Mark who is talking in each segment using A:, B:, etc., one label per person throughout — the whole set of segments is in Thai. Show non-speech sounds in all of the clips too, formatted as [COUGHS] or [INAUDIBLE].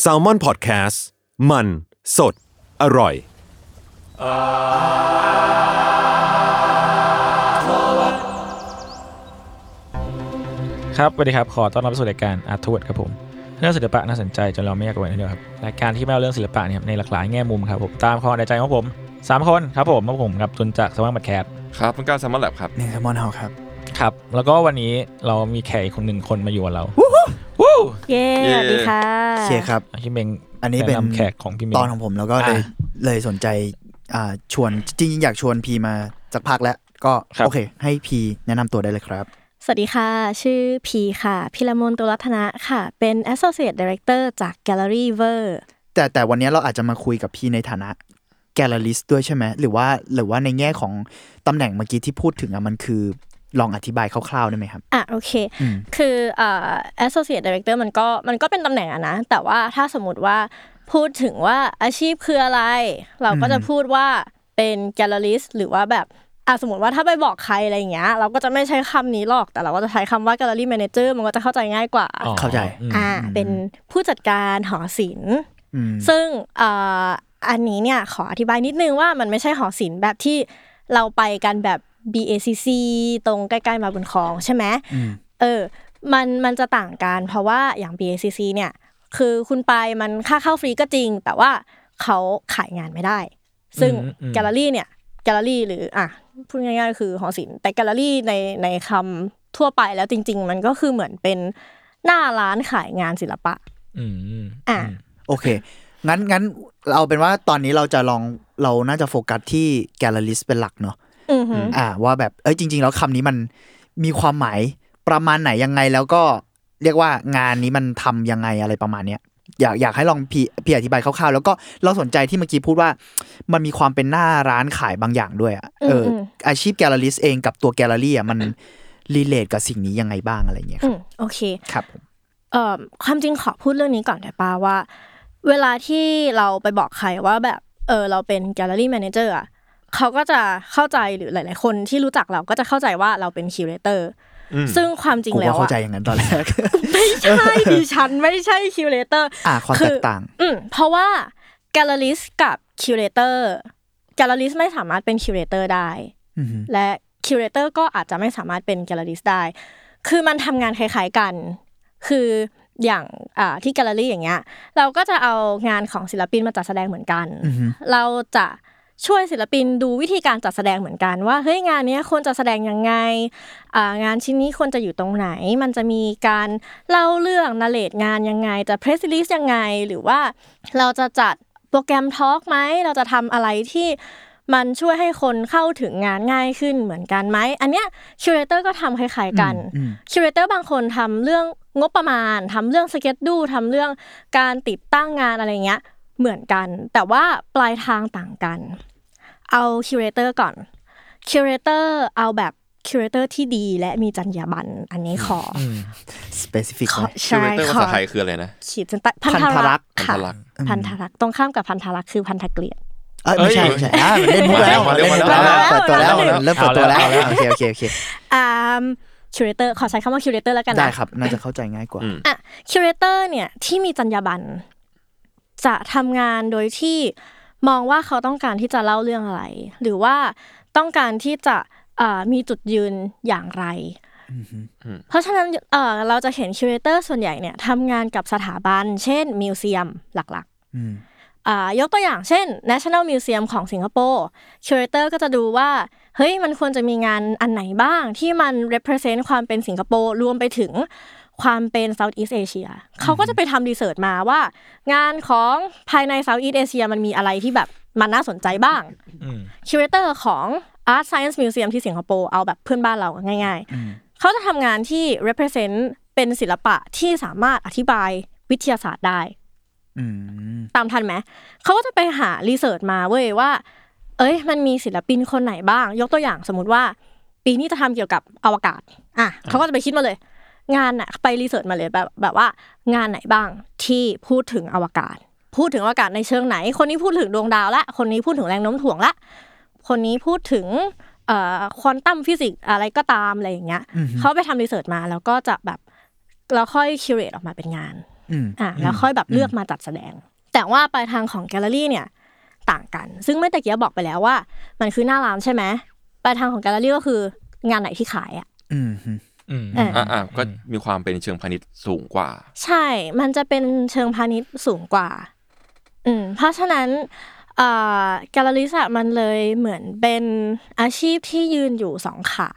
A: แซลมอนพอดแคสต์มันสดอร่อย
B: ครับสวัสดีครับ ขอต้อนรับสู่รายการอาร์ทเวิร์ดครับผม เรื่องศิลปะน่าสนใจจนเราไม่อยากไว้ในเดียวครับ รายการที่ไม่เอาเรื่องศิลปะเนี่ยครับในหลากหลายแง่มุมครับผม ตามความในใจของผม 3 คนครับผมมาผมกับจุนจากสว่างบัตแคท
C: ครับมันก็สมารถแลบครับ
D: นี่แซลมอนเฮาครับ
B: ครับ แล้วก็วันนี้เรามีแขกอีกคนหนึ่งคนมาอยู่กับเรา วู้
E: เย้
C: เย้
E: สวัสดีค่ะ
D: โอเคครับ
B: อ่ะพี่เมง
D: อันนี้เป็น
B: แะำแขกของพี่เมง
D: ตอนของผมแล้วก็เลย
B: อ่ะ
D: เลยสนใจอ่าชวนจริงๆ อยากชวนพีมาสักพักแล้ว ก็
B: ครับ
D: โอเค ให้พีแนะนำตัวได้เลยครับ
E: สวัสดีค่ะ ชื่อพีค่ะ พิรมนตุลัฒนะค่ะ เป็น Associate Director จาก Gallery v e r
D: แต่แต่วันนี้เราอาจจะมาคุยกับพีในฐานะแกลเลอริสด้วยใช่ไหมหรือว่าหรือว่าในแง่ของตำแหน่งเมื่อกี้ที่พูดถึงอะมันคือลองอธิบายคร่าวๆได้ไหมครับ
E: อ่ะโอเค
D: อืม
E: คืออ่า Associate Director มันก็มันก็เป็นตำแหน่งอะนะ แต่ว่าถ้าสมมติว่าพูดถึงว่าอาชีพคืออะไร เราก็จะพูดว่าเป็น Gallerist หรือว่าแบบอ่ะสมมติว่าถ้าไปบอกใครอะไรอย่างเงี้ย เราก็จะไม่ใช้คำนี้หรอก แต่เราก็จะใช้คำว่า Gallery Manager มันก็จะเข้าใจง่ายกว่า
B: อ๋อ
D: เข้าใจ
B: อืม
E: อ่าเป็นผู้จัดการหอศิลป์
D: อืม
E: ซึ่งเอ่ออันนี้เนี่ยขออธิบายนิดนึงว่ามันไม่ใช่หอศิลป์แบบที่เราไปกันแบบ BACC ตรงใกล้ๆมาบุญครองใช่ไหมเออมันมันจะต่างกันเพราะว่าอย่าง BACC เนี่ยคือคุณไปมันค่าเข้าฟรีก็จริง แต่ว่าเขาขายงานไม่ได้ ซึ่ง
B: อืมอืม
E: แกลเลอรี่เนี่ยแกลเลอรี่หรืออ่ะพูดง่ายๆ คือหอศิลป์แต่แกลเลอรี่ในในคำทั่วไปแล้วจริง ๆ มันก็คือเหมือนเป็นหน้าร้านขายงานศิลปะ
B: อืมม
E: อ่ะ
D: โอเค งั้นงั้นเอาเป็นว่าตอนนี้เราจะลองเราน่าจะโฟกัสที่แกลเลอริสเป็นหลักเนาะ
E: อือหือ
D: อ่าว่าแบบเอ้ยจริง ๆ แล้วคำนี้มันมีความหมายประมาณไหนยังไงแล้วก็เรียกว่างานนี้มันทำยังไงอะไรประมาณเนี้ยอยากอยากให้ลองพี่พี่อธิบายคร่าวๆ แล้วก็เราสนใจที่เมื่อกี้พูดว่า มันมีความเป็นหน้าร้านขายบางอย่างด้วยอะเอออ
E: ม
D: อาชีพแกลเลอริสเองกับตัวแกลเลอรี่อ่ะมันรีเลทกับสิ่งนี้ยังไงบ้างอะไรเงี้ยค
E: อื
D: รับ
E: มโอเค
D: ครับผม
E: เอ่อความจริงขอพูดเรื่องนี้ก่อนแต่ป้าว่า เวลาที่เราไปบอกใครว่าแบบเออเราเป็นแกลเลอรี่แมเนเจอร์อ่ะเขาก็จะเข้าใจหรือหลาย ๆ คนที่รู้จักเราก็จะเข้าใจว่าเราเป็นคิวเรเตอร์ซึ่งความจริง
D: กู
E: แล้ว
D: ว่าเข้า
E: อ่ะ
D: ใจอย่างนั้นตอนแรก
E: [LAUGHS] ไม่ใช่ [LAUGHS] ดิฉันไม่ใช่คิวเรเตอร์
D: อ่าความ
E: คือ
D: แตกต่าง
E: อืมเพราะว่าแกลเลอริสกับคิวเรเตอร์แกลเลอริสไม่สามารถเป็นคิวเรเตอร์ได้
D: อือหือ
E: และคิวเรเตอร์ก็อาจจะไม่สามารถเป็นแกลเลอริสต์ได้ คือมันทำงานคล้าย ๆกัน คืออย่างอ่าที่แกลเลอรี่อย่างเงี้ย เราก็จะเอางานของศิลปินมาจัดแสดงเหมือนกัน
D: อือฮึ
E: เราจะช่วยศิลปินดูวิธีการจัดแสดงเหมือนกัน ว่าเฮ้ยงานเนี้ยควรจะแสดงยังไงอ่างานชิ้นนี้ควรจะอยู่ตรงไหน มันจะมีการเล่าเรื่องนาเลตงานยังไง จะเพรสลิสยังไง หรือว่าเราจะจัดโปรแกรมทอล์กไหม เราจะทำอะไรที่มันช่วยให้คนเข้าถึงงานง่ายขึ้นเหมือนกันไหม อันเนี้ยคิวเรเตอร์ก็ทำคล้ายๆกัน
D: อืม
E: คิวเรเตอร์บางคนทำเรื่องงบประมาณทำเรื่องสเก็ตดูทำเรื่องการติดตั้งงานอะไรเงี้ยเหมือนกัน แต่ว่าปลายทางต่างกัน เอาคิวเรเตอร์ก่อนคิวเรเตอร์เอาแบบคิวเรเตอร์ที่ดีและมีจรรยาบรรณอันนี้ขออ
D: specific
E: ขอ
D: นะ
C: คิว
E: ใช่
C: เรเตอร์
E: ข
C: ภา
E: อ
C: ษาไทยคืออะไรนะ
E: ขีดเส้นใต้พัน
D: พันธ
E: ธ
D: รั
E: รั
D: ก
E: ก
D: ษ์
E: ษ์
C: พั
E: ค่ะ
C: นธรักษ์
E: พันธรักษ์ตรงข้ามกับพันธรักษ์คือพันธเกลียด
D: เอ้ยไม่ใช่ไม่ใช่อ่ามันเล่นมุกแล้วมันเล่นมุกแล้วเปิดตัวแล้วเริ่มเปิดตัวแล้วโอเคโอเคโอเค
E: อ่าคิวเรเตอร์ขอใช้คำว่าคิวเรเตอร์แล้วกันนะ
D: ได้
E: [LAUGHS]
D: ครับน่าจะเข้าใจง่ายกว่า
E: อ่ะคิวเรเตอร์เนี่ยที่มีจรรยาบรรณจะทำงานโดยที่มองว่าเขาต้องการที่จะเล่าเรื่องอะไร หรือว่าต้องการที่จะเอ่อมีจุดยืนอย่างไร เพราะฉะนั้นเอ่อเราจะเห็นคิวเรเตอร์ส่วนใหญ่เนี่ยทำงานกับสถาบัน เช่นมิวเซียมหลัก
D: อืม
E: ๆอ่ายกตัวอย่างเช่น National Museum ของสิงคโปร์คิวเรเตอร์ก็จะดูว่า เฮ้ยมันควรจะมีงานอันไหนบ้างที่มัน represent ความเป็นสิงคโปร์รวมไปถึงความเป็น Southeast Asia เขาก็จะไปทำรีเสิร์ชมาว่า งานของภายใน Southeast Asia มันมีอะไรที่แบบมันน่าสนใจบ้าง
B: อืม
E: คิวเรเตอร์ของ Art Science Museum ที่สิงคโปร์เอาแบบเพื่อนบ้านเราง่ายๆ เขาจะทำงานที่ represent เป็นศิลปะที่สามารถอธิบายวิทยาศาสตร์ได้
D: อืม
E: ตามทันไหม เขาก็จะไปหารีเสิร์ชมาเว้ยว่า เอ้ย มันมีศิลปินคนไหนบ้าง ยกตัวอย่างสมมติว่า ปีนี้จะทำเกี่ยวกับอวกาศ อ่ะเขาก็จะไปคิดมาเลย งานอะไปรีเสิร์ชมาเลยแบบแบบว่างานไหนบ้างที่พูดถึงอวกาศ พูดถึงอวกาศในเชิงไหน คนนี้พูดถึงดวงดาวละ คนนี้พูดถึงแรงโน้มถ่วงละ คนนี้พูดถึงเอ่อควอนตัมฟิสิกส์อะไรก็ตามอะไรอย่างเงี้ย เขาไปทำรีเสิร์ชมาแล้วก็จะแบบเราค่อยคิวเรตออกมาเป็นงาน
D: อืม
E: อ่ะแล้วค่อยแบบเลือกมาจัดแสดง แต่ว่าปลายทางของแกลเลอรี่เนี่ยต่างกัน ซึ่งเมื่อตะกี้บอกไปแล้วว่า มันคือหน้าร้านใช่ไหมปลายทางของแกลเลอรี่ก็คืองานไหนที่ขายอ่ะ
D: อืม
B: อืม
E: เอออ
C: อ่าก็มีความเป็นเชิงพาณิชย์สูงกว่า
E: ใช่ มันจะเป็นเชิงพาณิชย์สูงกว่า อืมเพราะฉะนั้นแกลเลอรี่อะมันเลยเหมือนเป็นอาชีพที่ยืนอยู่สองขา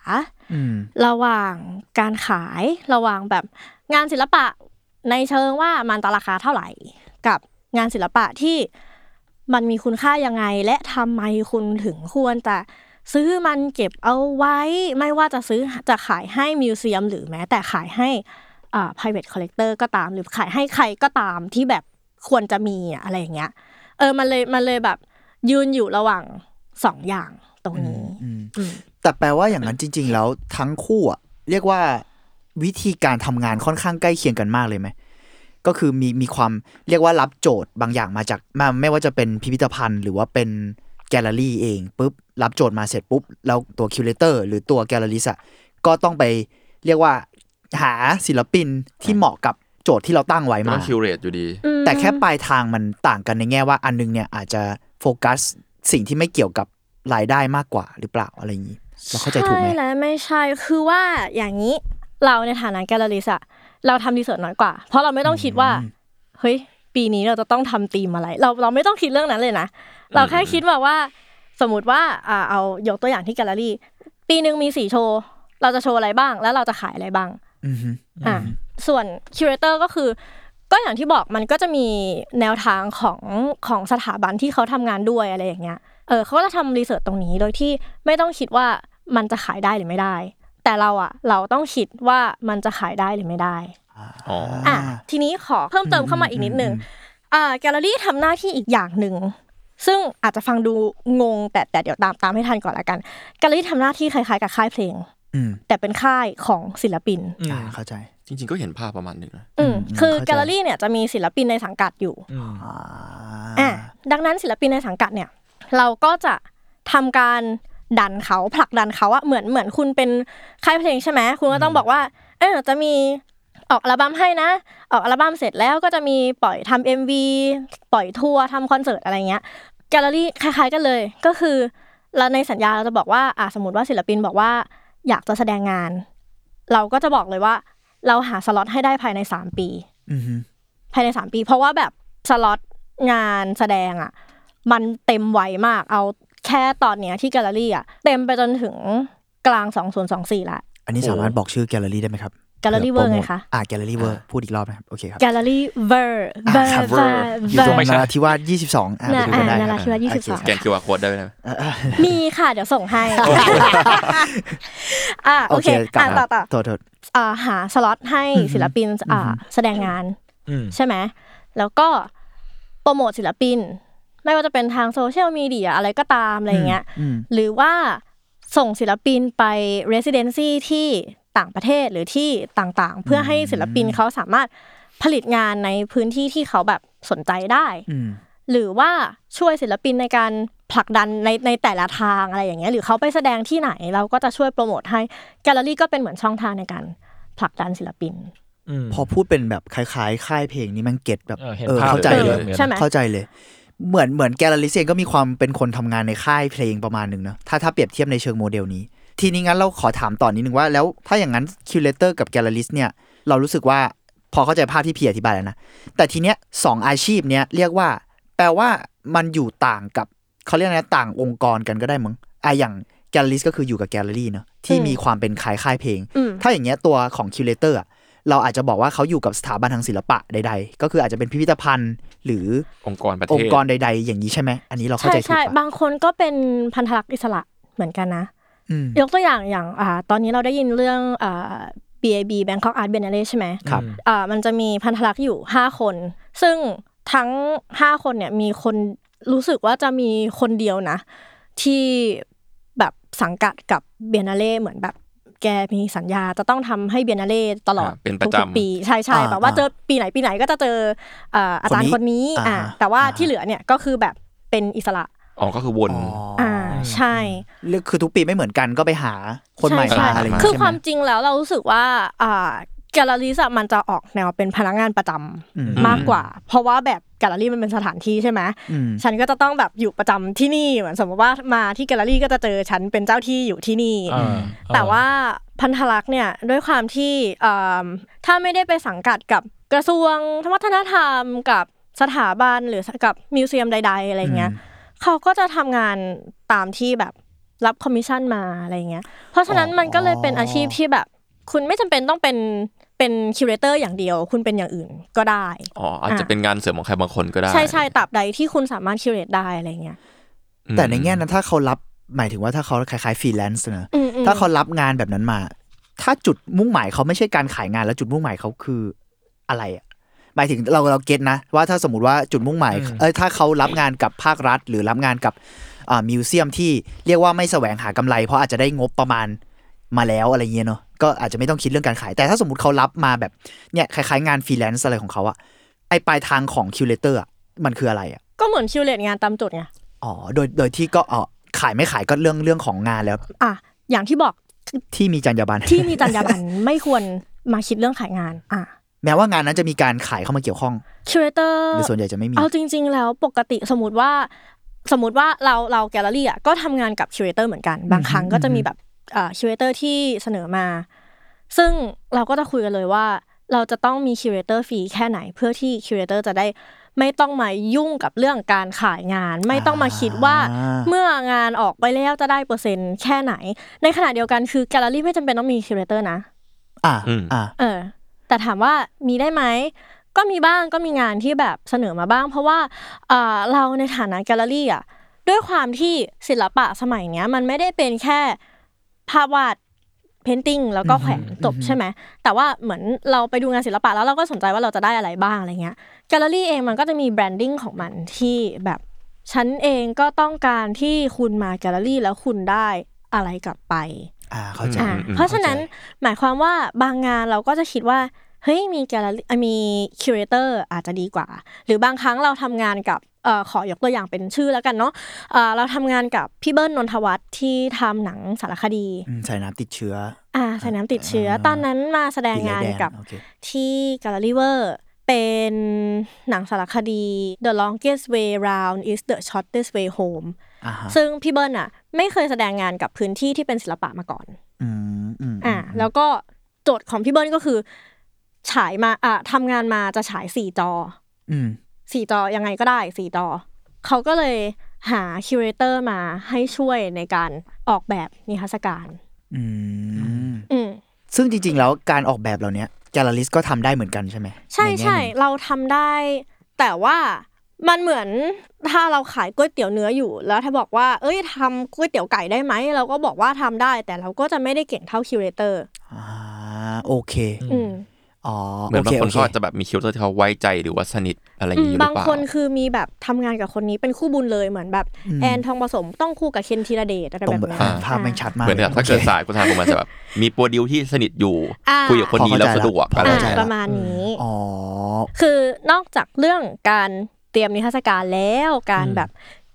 D: อืม
E: ระหว่างการขายระหว่างแบบงานศิลปะในเชิงว่ามันตราคาเท่าไหร่ กับงานศิลปะที่มันมีคุณค่ายังไง และทำไมคุณถึงควรจะซื้อมันเก็บเอาไว้ ไม่ว่าจะซื้อจะขายให้มิวเซียมหรือแม้แต่ขายให้อ่า private collector ก็ตาม หรือขายให้ใครก็ตามที่แบบควรจะมีอะอะไรอย่างเงี้ยเออมันเลยมันเลยแบบยืนอยู่ระหว่างสองอย่างตรงนี้
D: อืม
E: อืม
D: แต่แปลว่าอย่างนั้นจริง ๆ แล้วทั้งคู่อะเรียกว่าวิธีการทำงานค่อนข้างใกล้เคียงกันมากเลยไหมก็คือมีมีความเรียกว่ารับโจทย์บางอย่างมาจากมาไม่ว่าจะเป็นพิพิธภัณฑ์ หรือว่าเป็นแกลเลอรี่เองปุ๊บรับโจทย์มาเสร็จปุ๊บแล้วตัวคิวเลเตอร์หรือตัวแกลเลอริสอะก็ต้องไปเรียกว่าหาศิลปินที่เหมาะกับโจทย์ที่เราตั้งไว้
C: ต้
D: มา
C: องคิวเรตอยู่ดี
E: อืม
D: แต่แค่ปลายทางมันต่างกันในแง่ว่าอันนึงเนี่ยอาจจะโฟกัสสิ่งที่ไม่เกี่ยวกับรายได้มากกว่าหรือเปล่าอะไรอย่างนี้ เราเข้าใจถูกไหม
E: ใช่และไม่ใช่คือว่าอย่างนี้เราในฐานะแกลเลอริสอะเราทำรีเสิร์ชน้อยกว่า เพราะเราไม่ต้องคิดว่าเฮ้ยปีนี้เราจะต้องทำธีมอะไร เราเราไม่ต้องคิดเรื่องนั้นเลยนะ เราแค่คิดแบบว่า สมมติว่าอ่าเอายกตัวอย่างที่แกลเลอรี่ ปีหนึ่งมีสี่โชว์ เราจะโชว์อะไรบ้าง แล้วเราจะขายอะไรบ้าง
D: อือฮึ
E: อ่ะส่วนคิวเรเตอร์ก็คือ ก็อย่างที่บอกมันก็จะมีแนวทางของของสถาบันที่เขาทำงานด้วยอะไรอย่างเงี้ยเออเขาก็จะทำรีเสิร์ชตรงนี้โดยที่ไม่ต้องคิดว่ามันจะขายได้หรือไม่ได้ แต่เราอะเราต้องคิดว่ามันจะขายได้หรือไม่ได้
C: อ๋อ
E: อ่ะทีนี้ขอเพิ่มเติมเข้ามาอีกนิดนึงอ่าแกลเลอรี่ทำหน้าที่อีกอย่างหนึ่ง ซึ่งอาจจะฟังดูงงแต่แต่เดี๋ยวตามตามให้ทันก่อนละกันแกลเลอรี่ทำหน้าที่คล้ายๆกับค่ายเพลง
D: อืม
E: แต่เป็นค่ายของศิลปิน
D: อ่าเข้าใจ
C: จริง ๆ ก็เห็นภาพประมาณหนึ่งนะ
E: อืมคือ
D: เข้าใจ
E: แกลเลอรี่เนี่ยจะมีศิลปินในสังกัดอยู่
B: อืม
D: อ่า
E: อ่ะดังนั้นศิลปินในสังกัดเนี่ย เราก็จะทำการดันเขาผลักดันเขาอะเหมือนเหมือนคุณเป็นค่ายเพลงใช่ไหมคุณก็ต้องบอกว่าเออจะมีออกอัลบั้มให้นะ ออกอัลบั้มเสร็จแล้วก็จะมีปล่อยทำเอ็มวีปล่อยทัวร์ทำคอนเสิร์ตอะไรเงี้ยแกลเลอรี่คล้าย ๆกันเลยก็คือเราในสัญญาเราจะบอกว่าอ่ะสมมติว่าศิลปินบอกว่า อยากจะแสดงงาน เราก็จะบอกเลยว่า เราหาสล็อตให้ได้ภายในสามปี
D: อือฮึ
E: ภายในสามปี เพราะว่าแบบสล็อตงานแสดงอ่ะมันเต็มไวมากเอาแค่ตอนเนี้ยที่แกลเลอรี่อ่ะเต็มไปจนถึงกลาง2 0 2 4ละ
D: อันนี้สามารถบอกชื่อแกลเลอรี่ได้ไหมครับ
E: แกลเลอรี่เวอร์ไงคะ
D: อ่าแกลเลอรี่เวอร์พูดอีกรอบนะครับโอเคครับ
E: แกลเลอรี่เวอร์ [LAUGHS] เวอ
D: อ่าครับ
E: ร์เวอร์
D: อยู่
E: เวอ
D: ตรง
E: ร์
B: ไม่ใช่
D: นราธิวาส22อ่าไปดูกันได้
E: น่ะอ่ะน
D: ค
E: รา
D: รับ
E: ธิวาส
D: โอเค
E: 22
C: แกนคิวอาร์โค้ดได้ไหม
E: มีค่ะ เดี๋ยวส่งให้ อ่ะ
D: โอ
E: โอ
D: เค
E: เค
D: กลั
E: อ่ะ
D: บ
E: ต่อต่อ
D: โทษโทษ
E: อ่าหาสล็อตให้ศิลปินอ่าแสดงงาน
B: อืม
E: ใช่ไหม แล้วก็โปรโมทศิลปิน ไม่ว่าจะเป็นทางโซเชียลมีเดียอะไรก็ตามอะไรอย่างเงี้ย
D: อืม
E: หรือว่าส่งศิลปินไป residency ที่ต่างประเทศหรือที่ต่างๆ เพื่อให้ศิลปินเขาสามารถผลิตงานในพื้นที่ที่เขาแบบสนใจได้
D: อืม
E: หรือว่าช่วยศิลปินในการผลักดันในในแต่ละทางอะไรอย่างเงี้ยหรือเขาไปแสดงที่ไหนเราก็จะช่วยโปรโมทให้แกลเลอรี่ก็เป็นเหมือนช่องทางในการผลักดันศิลปิน
B: อืม
D: พอพูดเป็นแบบคล้าย ๆ ค่ายเพลงนี่มันเก็ตแบบ
B: เออเห็น
D: เออ
B: ภาพ
D: เข้าใจ
B: เลย
D: เลย
E: ใช่ไหม
D: เข้าใจเลย เหมือนเหมือนแกลลาริสเองก็มีความเป็นคนทำงานในค่ายเพลงประมาณหนึ่งเนอะถ้าถ้าเปรียบเทียบในเชิงโมเดลนี้ ทีนี้งั้นเราขอถามต่อนนิดนึงว่าแล้วถ้าอย่างนั้นคิวเลเตอร์กับแกลเลอริสเนี่ยเรารู้สึกว่าพอเข้าใจภาพที่พี่อธิบายแล้วนะ แต่ทีเนี้ยสองอาชีพเนี้ยเรียกว่า แปลว่ามันอยู่ต่างกับเขาเรียกอะไรนะต่างองค์กรกันก็ได้มั้งอ่ะอย่างแกลเลอริสก็คืออยู่กับแกลเลอรี่เนาะที่
E: อืม
D: มีความเป็นคล้ายค่ายเพลง
E: อืม
D: ถ้าอย่างเงี้ยตัวของคิวเลเตอร์เราอาจจะบอกว่าเขาอยู่กับสถาบันทางศิลปะใด ๆ ก็คืออาจจะเป็นพิพิธภัณฑ์ หรือ
C: องค์กรประเทศ
D: องค์กรใด ๆ อย่างนี้ใช่ไหมอันนี้เราเข้า
E: ใช่
D: ใจถูก
E: ใช่
D: ปะ
E: บางคนก็เป็นพันธลักษณ์อิสระเหมือนกันนะ
D: อืม
E: ยกตัวอย่างอย่างอ่าตอนนี้เราได้ยินเรื่องอ่า BAB Bangkok Art Biennale ใช่ไหม
D: ครับ
E: อ่ามันจะมีพันธลักษณ์อยู่ 5 คน ซึ่งทั้ง 5 คนเนี่ยมีคนรู้สึกว่าจะมีคนเดียวนะ ที่แบบสังกัดกับเบียนาเล่เหมือนแบบแกมีสัญญาจะต้องทำให้เบียนาเล่ตลอด
C: อ่าเป็นประจำ
E: ทุกๆปีใช่ใช่
D: อ่า
E: แบบว่า
D: อ่า
E: เจอปีไหนปีไหนก็จะเจออ่าอาจาร
D: ค
E: ย์คน น
D: นี้
E: นี้
D: อ่า
E: อ่าแต่ว่า
D: อ่า
E: ที่เหลือเนี่ยก็คือแบบเป็นอิสระ
C: อ๋อก็คือวน
D: อ๋ออ
E: อ่าใช่
D: เรียกคือทุกปีไม่เหมือนกันก็ไปหาคนใหม่
E: ช่
D: มา
E: ช่
D: อะไรอย่าง
E: คื
D: เงี้
E: อ
D: ใช่
E: ยค
D: ไหม
E: วามจริงแล้วเรารู้สึกว่าอ่าแกลเลอรี่อะมันจะออกแนวเป็นพนักงานประจำ
D: อืม
E: มากกว่า เพราะว่าแบบแกลเลอรี่มันเป็นสถานที่ใช่ไหม
D: อืม
E: ฉันก็จะต้องแบบอยู่ประจำที่นี่เหมือนสมมติว่ามาที่แกลเลอรี่ก็จะเจอฉันเป็นเจ้าที่อยู่ที่นี่
B: อ่า
E: แต่ว่าพันธลักษณ์เนี่ยด้วยความที่เอิ่มถ้าไม่ได้ไปสังกัดกับกระทรวงวัฒนธรรมกับสถาบันหรือกับมิวเซียมใด ๆอะไรเงี้ย เขาก็จะทำงานตามที่แบบรับคอมมิชชั่นมาอะไรเงี้ย เพราะฉะนั้นมันก็เลยเป็นอาชีพที่แบบ คุณไม่จำเป็นต้องเป็นเป็นคิวเรเตอร์อย่างเดียว คุณเป็นอย่างอื่นก็ได้
C: อ๋ออาจจะ
E: อ่ะ
C: เป็นงานเสริมของใครบางคนก็ได้
E: ใช่ใช่ตราบใดที่คุณสามารถคิวเรตได้อะไรเงี้ย
C: อืม
D: แต่ในแง่นั้นถ้าเขารับหมายถึงว่าถ้าเขาคล้ายๆฟรีแลนซ์เนอะ
E: อืมอืม
D: ถ้าเขารับงานแบบนั้นมา ถ้าจุดมุ่งหมายเขาไม่ใช่การขายงานแล้วจุดมุ่งหมายเขาคืออะไรอะหมายถึงเราเราเก็ตนะ ว่าถ้าสมมติว่าจุดมุ่งหมายเอ้ยถ้าเขารับงานกับภาครัฐ หรือรับงานกับอ่ามิวเซียมที่เรียกว่าไม่แสวงหากำไร เพราะอาจจะได้งบประมาณมาแล้วอะไรเงี้ยเนาะก็อาจจะไม่ต้องคิดเรื่องการขาย แต่ถ้าสมมติเขารับมาแบบเนี่ยคล้ายๆ งานฟรีแลนซ์อะไรของเขาอะไอปลายทางของคิวเลเตอร์อะมันคืออะไรอะ
E: ก็เหมือนคิวเรตงานตามจุดไง
D: อ๋อโดยโดยที่ก็อ๋อขายไม่ขายก็เรื่องเรื่องของงานแล้ว
E: อ่ะ อย่างที่บอก
D: ที่มีจรรยาบรรณ
E: ที่มีจรรยาบรรณ ไม่ควรมาคิดเรื่องขายงาน อ่ะ
D: แม้ว่างานนั้นจะมีการขายเข้ามาเกี่ยวข้อง
E: คิวเรเตอร์
D: หรือส่วนใหญ่จะไม่มี
E: เอาจริง ๆ แล้วปกติสมมติว่า สมมติว่าเราเราแกลเลอรี่อ่ะก็ทำงานกับคิวเรเตอร์เหมือนกัน บางครั้งก็จะมีแบบคิวเรเตอร์ที่เสนอมา ซึ่งเราก็จะคุยกันเลยว่า เราจะต้องมีคิวเรเตอร์ฟรีแค่ไหน เพื่อที่คิวเรเตอร์จะได้ไม่ต้องมายุ่งกับเรื่องการขายงาน ไม่ต้องมาคิดว่า
D: อ่า
E: เมื่องานออกไปแล้วจะได้เปอร์เซ็นต์แค่ไหน ในขณะเดียวกันคือแกลเลอรี่ไม่จำเป็นต้องมีคิวเรเตอร์นะ
D: อ่า
C: อืม
D: อ่า
E: เออแต่ถามว่ามีได้ไหมก็มีบ้างก็มีงานที่แบบเสนอมาบ้าง เพราะว่าเอ่อเราในฐานะแกลเลอรี่อ่ะด้วยความที่ศิลปะสมัยเนี้ยมันไม่ได้เป็นแค่ภาพวาดเพนติงแล้วก็แขวนจบใช่ไหมแต่ว่าเหมือนเราไปดูงานศิลปะแล้วเราก็สนใจว่าเราจะได้อะไรบ้างอะไรเงี้ยแกลเลอรี่เองมันก็จะมีแบรนดิ้งของมันที่แบบฉันเองก็ต้องการที่คุณมาแกลเลอรี่แล้วคุณได้อะไรกลับไป
D: อ่า เข้าใจ
E: อ่าเพราะฉะนั้นหมายความว่าบางงานเราก็จะคิดว่าเฮ้ยมีแกลเลอรี่อ่ะมีคิวเรเตอร์อาจจะดีกว่า หรือบางครั้งเราทำงานกับเอ่อขอยกตัวอย่างเป็นชื่อแล้วกันเนาะเอ่อเราทำงานกับพี่เบิ้ลนนทวัฒน์ที่ทำหนังสารคดี
D: อืมใส่น้ำติดเชื้อ
E: อ่าสายน้ำติดเชื้อ
D: อ่า
E: ตอนนั้นมาแสดง
D: ติดลาย
E: งาน
D: แดง
E: กับ
D: โอเค
E: ที่แกลเลอรี่เวอร์เป็นหนังสารคดี The longest way round is the shortest way home
D: อ่าฮะ
E: ซึ่งพี่เบิ้ลอ่ะไม่เคยแสดงงานกับพื้นที่ที่เป็นศิลปะมาก่อน
D: อืมอืม
E: อ่าแล้วก็โจทย์ของพี่เบิ้ลก็คือ ฉายมาอ่าทำงานมาจะฉายสี่จอ
D: อืม
E: สี่จอยังไงก็ได้สี่จอเขาก็เลยหาคิวเรเตอร์มาให้ช่วยในการออกแบบนิทรรศการ
D: อืม
E: อืม
D: ซึ่งจริง ๆ แล้วการออกแบบเหล่าเนี้ยแกลเลอริสก็ทำได้เหมือนกันใช่ไหม
E: ใช่
D: นแง่
E: ใช่
D: หนึ่ง
E: เราทำได้ แต่ว่ามันเหมือนถ้าเราขายก๋วยเตี๋ยวเนื้ออยู่ แล้วถ้าบอกว่า เอ้ยทำก๋วยเตี๋ยวไก่ได้ไหมเราก็บอกว่าทำได้ แต่เราก็จะไม่ได้เก่งเท่าคิวเรเตอร์
D: อ่าโอเค
E: อืม
D: อ๋อ
C: เหมือนบางคน
D: โเโเ
C: เขาอาจจะแบบมีคิวเตอร์ที่เขาไว้ใจหรือว่าสนิทอะไรอย่างนี้อยู่หรื
E: บาง
C: อเปล่า
E: คนคือมีแบบทำงานกับคนนี้เป็นคู่บุญเลยเหมือนแบบ
D: อืม
E: แอนทองผสมต้องคู่กับเคนธีรเดชอะไร
D: ตร
E: แบ
D: ง
E: บ
D: แบบ
E: เนี้ย
C: อ่า
D: ภาพแม่งชัดมาก
C: เหมือนกับ
D: ลย
C: ถ้าเกิด
D: โอค
C: สายประธานของมันจะแบบ มีโปรดิวที่สนิทอยู่
E: อ่า
C: คุยกับคนนี้แล้วสะดวก
D: พอ
C: อะไร
D: เข้
C: อย่าง
E: อ่า
D: ใจ
C: เงี้ย
D: ละ
E: ประมาณนี้
D: อ๋อ
E: คือนอกจากเรื่องการเตรียมนิทรรศการแล้วการแบบ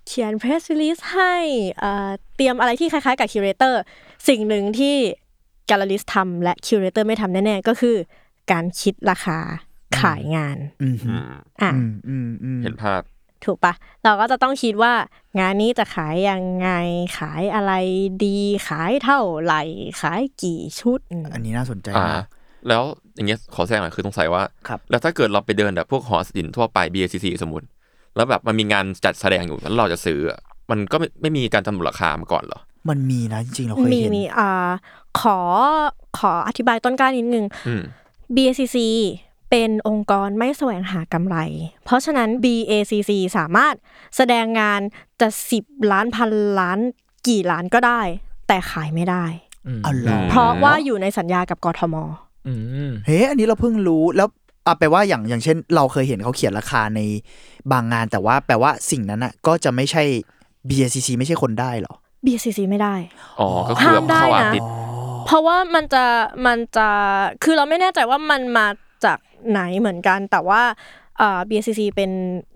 E: เขียนเพรส r ิ l ิสให้เอ่อเตรียมอะไรที่คล้ายๆกับคิวเรเตอร์สิ่งหนึ่งที่แกลเลอริสทำและคิวเรเตอร์ไม่ทำแน่ๆ ก็คือ การคิดราคาขายงาน
D: อืม
C: อืม
E: อ่ะ
D: อืมอืมอืม
C: เห็นภาพ
E: ถูกปะเราก็จะต้องคิดว่างานนี้จะขายยังไง ขายอะไรดี ขายเท่าไหร่ ขายกี่ชุด
D: อันนี้น่าสนใจ
C: อ่า
D: นะ
C: แล้วอย่างเงี้ยขอแทรกหน่อยคือสงสัยว่า
D: ครับ
C: แล้วถ้าเกิดเราไปเดินแบบพวกหอศิลป์ทั่วไป BACC สมมติ แล้วแบบมันมีงานจัดแสดงอยู่แล้วเราจะซื้ออะมันก็ไม่ไม่มีการกำหนดราคามาก่อนเหรอ
D: มันมีนะจริงๆเราเคย
E: มี
D: เห็น
E: มีอ่าขอขออธิบายต้นกล้านิดนึง
C: อืม
E: BACC เป็นองค์กรไม่แสวงหากำไร เพราะฉะนั้น BACC สามารถแสดงงานจะสิบล้านพันล้านกี่ล้านก็ได้ แต่ขายไม่ได้
B: อืม
D: เอาเหรอ
C: ม
E: เพราะว่าอยู่ในสัญญากับกทม
B: อืม
D: เฮ้ยอันนี้เราเพิ่งรู้แล้วอ่ะแปลว่าอย่างอย่างเช่น เราเคยเห็นเขาเขียนราคาในบางงานแต่ว่าแปลว่าสิ่งนั้นอ่ะก็จะไม่ใช่ BACC ไม่ใช่คนได้เหรอ
E: BACC ไม่ได้
C: อ๋อ ก็คือแบบ
E: ห้ามได้นะ
C: เข้าอาร์ติสต์
E: เพราะว่ามันจะมันจะคือเราไม่แน่ใจว่ามันมาจากไหนเหมือนกัน แต่ว่าเอ่อ BACC เป็น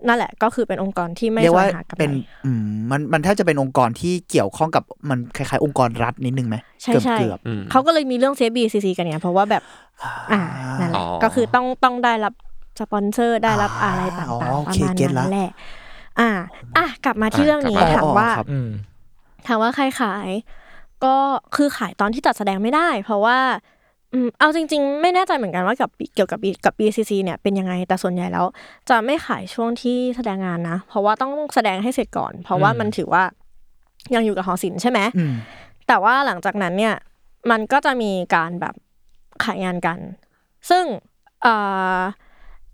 E: นั่นแหละก็คือเป็นองค์กรที่ไม่
D: เรียก
E: แสว
D: ว่าง
E: หากำไร
D: เป็นอืมมันมันแทบจะเป็นองค์กรที่เกี่ยวข้องกับมันคล้ายๆ องค์กรรัฐนิดนึงไหม
E: ใช่
D: เกือบ
E: ใช่
D: เกือบ
C: อืม
E: เขาก็เลยมีเรื่องเซฟ BCC กันเนี่ยเพราะว่าแบบ อ่านั่นแห
C: อ๋
E: ละ
C: อ
E: ก็คือต้องต้องได้รับสปอนเซอร์ได้รับ
D: อ่า
E: อะไรต่าง
D: อ๋อ
E: ๆ
D: โอ
E: ประ
D: เค
E: มาณ
D: เก็ตละ
E: นั้นแหละอ่า อ่ะกลับมาที่เรื่องนี้
C: อ่ะกลับมา
E: ถามว่า
D: อ๋อครับ
B: อืม
E: ถามว่าใครขาย ก็คือขายตอนที่จัดแสดงไม่ได้ เพราะว่าอืมเอาจริง ๆ ไม่แน่ใจเหมือนกันว่ากับเกี่ยวกับกับ BCC เนี่ยเป็นยังไงแต่ส่วนใหญ่แล้ว จะไม่ขายช่วงที่แสดงงานนะ เพราะว่าต้องแสดงให้เสร็จก่อน เพราะว่ามันถือว่ายังอยู่กับหอศิลป์ใช่ไหม
D: อืม
E: แต่ว่าหลังจากนั้นเนี่ยมันก็จะมีการแบบขายงานกัน ซึ่งเอ่อ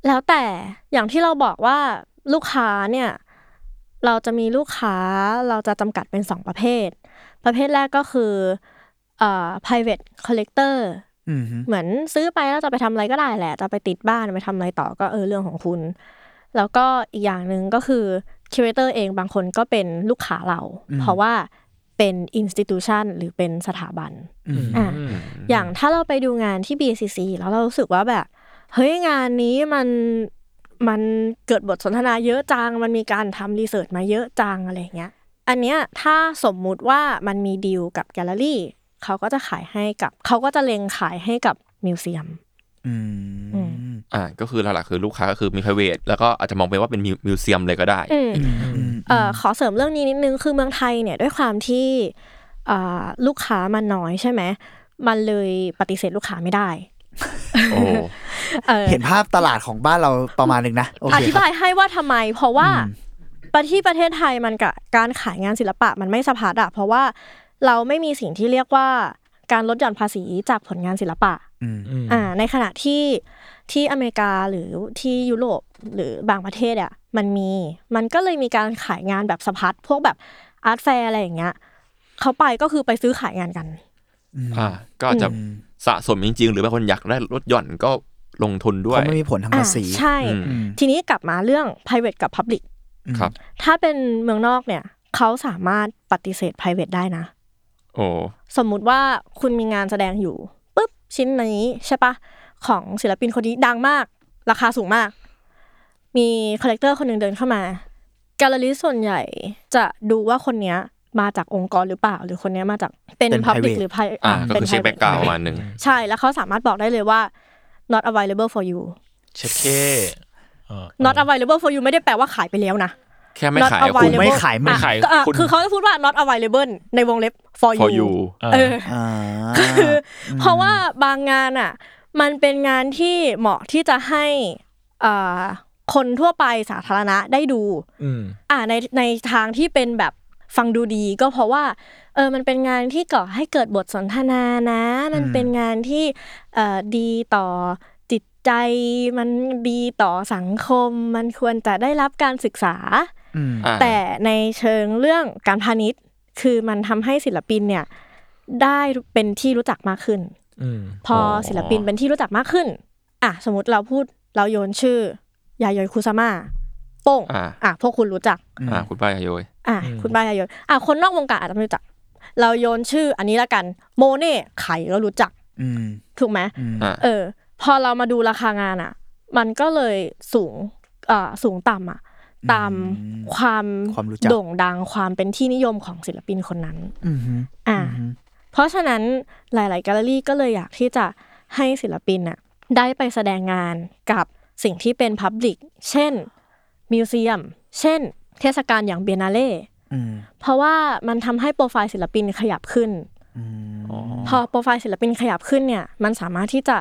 E: แล้วแต่อย่างที่เราบอกว่าลูกค้าเนี่ยเราจะมีลูกค้าเราจะจำกัดเป็นสองประเภท ประเภทแรกก็คือเอ่อ private collector
D: อืมฮึ
E: เหมือนซื้อไปแล้วจะไปทำอะไรก็ได้แหละ จะไปติดบ้านไปทำอะไรต่อก็เออเรื่องของคุณ แล้วก็อีกอย่างหนึ่งก็คือคิวเรเตอร์เองบางคนก็เป็นลูกค้าเรา เพราะว่าเป็นอินสติทูชันหรือเป็นสถาบัน
D: อืม
E: อ่ะ อย่างถ้าเราไปดูงานที่ BCC แล้วเรารู้สึกว่าแบบ เฮ้ยงานนี้มันมันเกิดบทสนทนาเยอะจัง มันมีการทำรีเสิร์ชมาเยอะจังอะไรอย่างเงี้ย อันเนี้ยถ้าสมมุติว่ามันมีดีลกับแกลเลอรี่เขาก็จะขายให้กับเขาก็จะเล็งขายให้กับมิวเซียม
D: อื
E: อื
D: ม
C: อ่า ก็คือหลักๆคือลูกค้าก็คือมี private แล้วก็อาจจะมองไปว่าเป็นมิวมิวเซียมเลยก็ได้
E: อืม
D: อืม
E: เอ่อขอเสริมเรื่องนี้นิดนึงคือเมืองไทยเนี่ยด้วยความที่เอ่อลูกค้ามันน้อยใช่ไหมมันเลยปฏิเสธลูกค้าไม่ได้
C: โอ้
E: เออ
D: เห็นภาพตลาดของบ้านเราประมาณหนึ่งนะโอเค
E: อ
D: ครับ
E: ธิายให้ว่าทำไม เพราะว่าประที่ประเทศไทยมันกับการขายงานศิลปะมันไม่สะพัดอะเพราะว่าเราไม่มีสิ่งที่เรียกว่าการลดหย่อนภาษีจากผลงานศิลปะ
D: อืม
B: อืม
E: อ่าในขณะที่ที่อเมริกาหรือที่ยุโรปหรือบางประเทศอ่ะมันมีมันก็เลยมีการขายงานแบบสะพัดพวกแบบอาร์ตแฟร์อะไรอย่างเงี้ยเขาไปก็คือไปซื้อขายงานกัน
C: อ่า ก็อาจจะสะสมจริง ๆ หรือบางคนอยากได้ลดหย่อนก็ลงทุนด้วย
D: เขาไม่มีผลทางภาษี
E: อ่ใช่
C: อืม
D: อืม
E: ทีนี้กลับมาเรื่อง private กับ public
C: ครับ
E: ถ้าเป็นเมืองนอกเนี่ยเขาสามารถปฏิเสธ private ได้นะ
C: โอ้
E: สมมุติว่าคุณมีงานแสดงอยู่ปุ๊บชิ้นนี้ใช่ปะของศิลปินคนนี้ดังมาก ราคาสูงมาก มีคอลเลกเตอร์คนหนึ่งเดินเข้ามาแกลเลอรี่ส่วนใหญ่จะดูว่าคนเนี้ยมาจากองค์กรหรือเปล่า หรือคนเนี้ยมาจากเป็น
D: เป็น
E: พับลิก
D: private
E: หรือ pri-
C: อ่า
E: อ่า
C: ก็
E: เป็น
C: คือเช็คแบ็กกราว
E: private
C: ประมาณหนึ่ง
E: ใช่แล้วเขาสามารถบอกได้เลยว่า not available for you
B: เช็คเก้เออ
E: not available for you ไม่ได้แปลว่าขายไปแล้วนะ
C: แค่ไม่
E: not
C: ขาย
D: คุ
E: available
D: ณไม่ขายมัน
E: อ่ะ
B: ขาย
E: ก็อ่ะ
B: คุณ
E: คือเขาจะพูดว่า not available ในวงเล็บ for
C: พออยู่
E: you เออ
D: อ่า
E: คือเพราะว่าบางงานอ่ะมันเป็นงานที่เหมาะที่จะให้เอ่อคนทั่วไปสาธารณะได้ดู
B: อืม
E: อ่าในในทางที่เป็นแบบฟังดูดีก็เพราะว่าเออมันเป็นงานที่ก่อให้เกิดบทสนทนานะ มันเป็นงานที่เอ่อดีต่อจิตใจ มันดีต่อสังคม มันควรจะได้รับการศึกษา
C: อ่า
E: แต่ในเชิงเรื่องการพาณิชย์คือมันทำให้ศิลปินเนี่ยได้เป็นที่รู้จักมากขึ้น
B: อืม
E: พอศิลปินเป็นที่รู้จักมากขึ้น อ่ะสมมติเราพูดเราโยนชื่อยายอยคุซาม่าโป้ง
C: อ่า
E: อ่ะพวกคุณรู้จัก
C: อ่า คุณป้ายาโยย
E: อ่ะ
B: อืม
E: คุณป้ายายโยนอ่ะคนนอกวงการอาจจะไม่รู้จัก เราโยนชื่ออันนี้ละกันโมเน่ไข่ก็รู้จัก
D: อืม
E: ถูกไหม
C: อ่า
E: เออ พอเรามาดูราคางานอ่ะ มันก็เลยสูงอ่าสูงต่ำอ่ะตามความ
D: ความรู้จัก
E: โด่งดังความเป็นที่นิยมของศิลปินคนนั้น
D: อืมฮึ
E: อ่า เพราะฉะนั้นหลาย ๆ แกลเลอรี่ก็เลยอยากที่จะให้ศิลปินน่ะได้ไปแสดงงานกับสิ่งที่เป็นพับลิกเช่นมิวเซียม เช่น เทศกาลอย่างเบียนาเล่
D: อืม
E: เพราะว่ามันทำให้โปรไฟล์ศิลปินขยับขึ้น
D: อืม
C: อ๋อ
E: พอโปรไฟล์ศิลปินขยับขึ้นเนี่ย มันสามารถที่จะ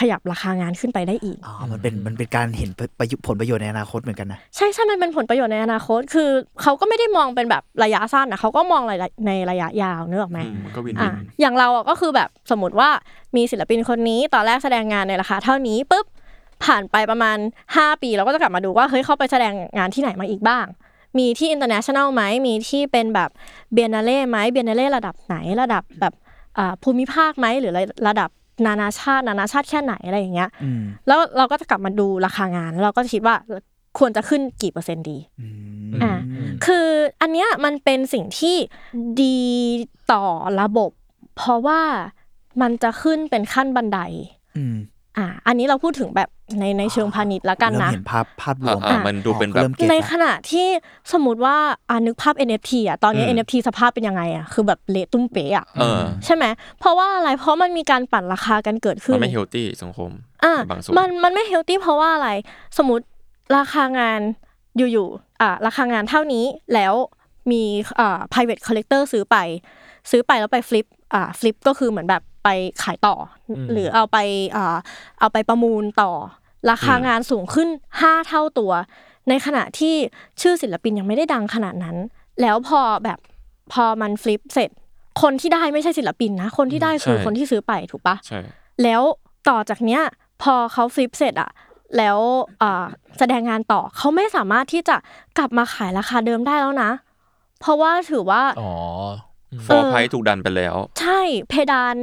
E: ขยับราคางานขึ้นไปได้อีก
D: อ๋อมันเป็นมันเป็นการเห็นประยุผลประโยชน์ในอนาคตเหมือนกันนะ
E: ใช่ใช่มันเป็นผลประโยชน์ในอนาคต คือเขาก็ไม่ได้มองเป็นแบบระยะสั้นนะเขาก็มองระยะในระยะยาวนึกออกไหม
C: อืมก็วินวิ
E: อ่ะ
C: น
E: อย่างเราอ่ะก็คือแบบสมมติว่ามีศิลปินคนนี้ตอนแรกแสดงงานในราคาเท่านี้ปุ๊บผ่านไปประมาณ 5 ปีเราก็จะกลับมาดูว่าเฮ้ยเขาไปแสดงงานที่ไหนมาอีกบ้าง มีที่ international ไหมมีที่เป็นแบบเบียนาเล่ไหมเบียนาเล่ระดับไหนระดับแบบอ่าภูมิภาคไหมหรือระดับนานาชาติ นานาชาติแค่ไหนอะไรอย่างเงี้ย
D: อืม
E: แล้วเราก็จะกลับมาดูราคางานแล้วเราก็จะคิดว่าควรจะขึ้นกี่เปอร์เซ็นต์ดี
D: อืม
E: อ่ะ คืออันเนี้ยมันเป็นสิ่งที่ดีต่อระบบ เพราะว่ามันจะขึ้นเป็นขั้นบันได
D: อืม
E: อ่ะอันนี้เราพูดถึงแบบในในเชิงพาณิชย์ละกัน
D: เริ่
E: นะ
D: มเห็นภาพภาพร
C: อ่ะ
D: วม
C: อ่ะมันดูเป็นแบบ
D: เริ่มเก็ต
E: ใน
D: ละ
E: ขณะที่สมมติว่าอ่านึกภาพ NFT อ่ะตอนนี้
C: อืม
E: NFT สภาพเป็นยังไงอ่ะคือแบบเละตุ้มเป๊ะอ่ะ
C: เออ
E: ใช่ไหมเพราะว่าอะไรเพราะมันมีการปั่นราคากันเกิดขึ้
C: มัน นไม่เฮลตี้สังคม
E: อ่ะ
C: บางส่วน
E: มันมันไม่เฮลตี้เพราะว่าอะไร สมมติราคางานอยู่ๆอ่ะราคางานเท่านี้แล้วมีอ่า private collector ซื้อไป ซื้อไปแล้วไปฟลิปอ่าฟลิปก็คือเหมือนแบบไปขายต่ออ
B: ม
E: หรือเอาไปอ่าเอาไปประมูลต่อ ราคางานสูงขึ้น 5 เท่าตัว ในขณะที่ชื่อศิลปินยังไม่ได้ดังขนาดนั้น แล้วพอแบบพอมันฟลิปเสร็จ คนที่ได้ไม่ใช่ศิลปินนะ คนที่ได้คือ
C: ใช่
E: คนที่ซื้อไปถูกปะ
C: ใช่
E: แล้วต่อจากเนี้ยพอเขาฟลิปเสร็จอะแล้วอ่าแสดงงานต่อเขาไม่สามารถที่จะกลับมาขายราคาเดิมได้แล้วนะ เพราะว่าถือว่า
F: อ๋อ
C: ฟ
E: เอ
C: อ
E: อ
C: ร์ไพรส์ถูกดันไปแล้ว
E: ใช่เพดาน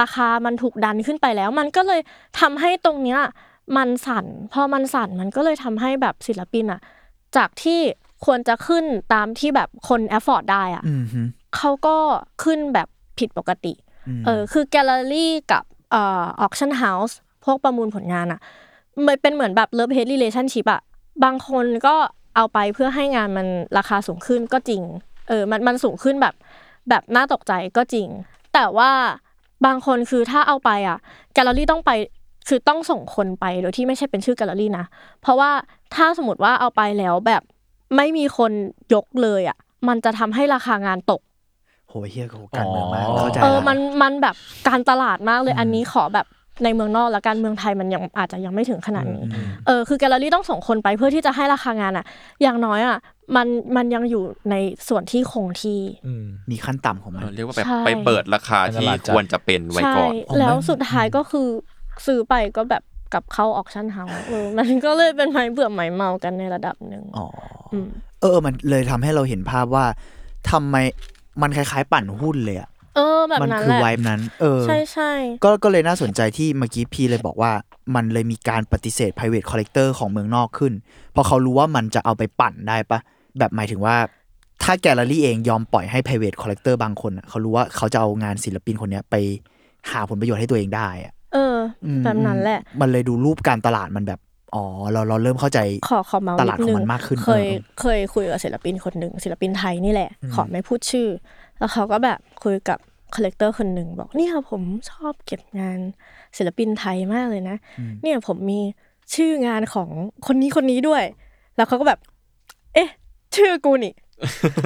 E: ราคามันถูกดันขึ้นไปแล้ว มันก็เลยทำให้ตรงเนี้ยมันสั่น พอมันสั่นมันก็เลยทำให้แบบศิลปินอะจากที่ควรจะขึ้นตามที่แบบคนแอฟฟอร์ดได้อะ
D: อืมฮึ
E: เขาก็ขึ้นแบบผิดปกติ
D: ม
E: เออคือแกลเลอรี่กับเอ่อออคชั่นเฮาส์พวกประมูลผลงานอะมันเป็นเหมือนแบบเลิฟเฮด relationship อะบางคนก็เอาไปเพื่อให้งานมันราคาสูงขึ้นก็จริงเออมันมันสูงขึ้นแบบแบบน่าตกใจก็จริง แต่ว่าบางคนคือถ้าเอาไปอะแกลเลอรี่ต้องไปคือต้องส่งคนไปโดยที่ไม่ใช่เป็นชื่อแกลเลอรี่นะ เพราะว่าถ้าสมมติว่าเอาไปแล้วแบบไม่มีคนยกเลยอะมันจะทำให้ราคางานตก
D: โหเฮียโหการเมืองมาก
F: อ๋อ
D: เข้าใจ
E: เออ
D: ละ
E: มัน มันแบบการตลาดมากเลย อันนี้ขอแบบในเมืองนอกแล้วกันเมืองไทยมันยังอาจจะยังไม่ถึงขนาดนี้ เออ คือแกลเลอรี่ต้องส่งคนไปเพื่อที่จะให้ราคางานอ่ะ อย่างน้อยอ่ะ มัน มันยังอยู่ในส่วนที่คงที่
B: อืม
D: มีขั้นต่ำของมัน
C: เรียกว่าไป
E: ใช่
C: ไปเปิดราคาที่ควรจะเป็นไว้
E: ใช่
C: ก่อน
E: แล้วสุดท้ายก็คือซื้อไปก็แบบกลับเข้าออกชั่นเฮาเอ [LAUGHS] อ มันก็เลยเป็นไม้เบื่อไม้เมากันในระดับหนึ่ง
D: อ๋อ
E: ม
D: เออ มันเลยทำให้เราเห็นภาพว่าทำไมมันคล้ายๆปั่นหุ้นเลยอ่ะ
E: เออ แบบ
D: มั
E: นั้น
D: คือ
E: แหละ
D: ไวบ์นั้น เออ
E: ใช่ใช่
D: ก็ก็เลยน่าสนใจที่เมื่อกี้พี่เลยบอกว่า มันเลยมีการปฏิเสธ private collector ของเมืองนอกขึ้น เพราะเขารู้ว่ามันจะเอาไปปั่นได้ปะแบบหมายถึงว่า ถ้าแกลเลอรี่เองยอมปล่อยให้ private collector บางคนอะเขารู้ว่าเขาจะเอางานศิลปินคนเนี้ยไปหาผลประโยชน์ให้ตัวเองได้อะ
E: เอออ
D: อืม
E: แบบนั้นแหละ
D: มันเลยดูรูปการตลาดมันแบบอ๋อเราเราเริ่มเข้าใจ
E: ขอขอเมาส์
D: ตลาดของ
E: นิดนึ
D: มั
E: ง
D: นมากขึ้น
E: เคย
D: เออ
E: เคยคุยกับศิลปินคนหนึ่งศิลปินไทยนี่แหละ ขอไม่พูดชื่อ แล้วเขาก็แบบคุยกับคอลเลกเตอร์คนหนึ่งบอกเนี่ยผมชอบเก็บงานศิลปินไทยมากเลยนะ เนี่ยผมมีชื่องานของคนนี้คนนี้ด้วย แล้วเขาก็แบบ เอ๊ะ ชื่อกูนี่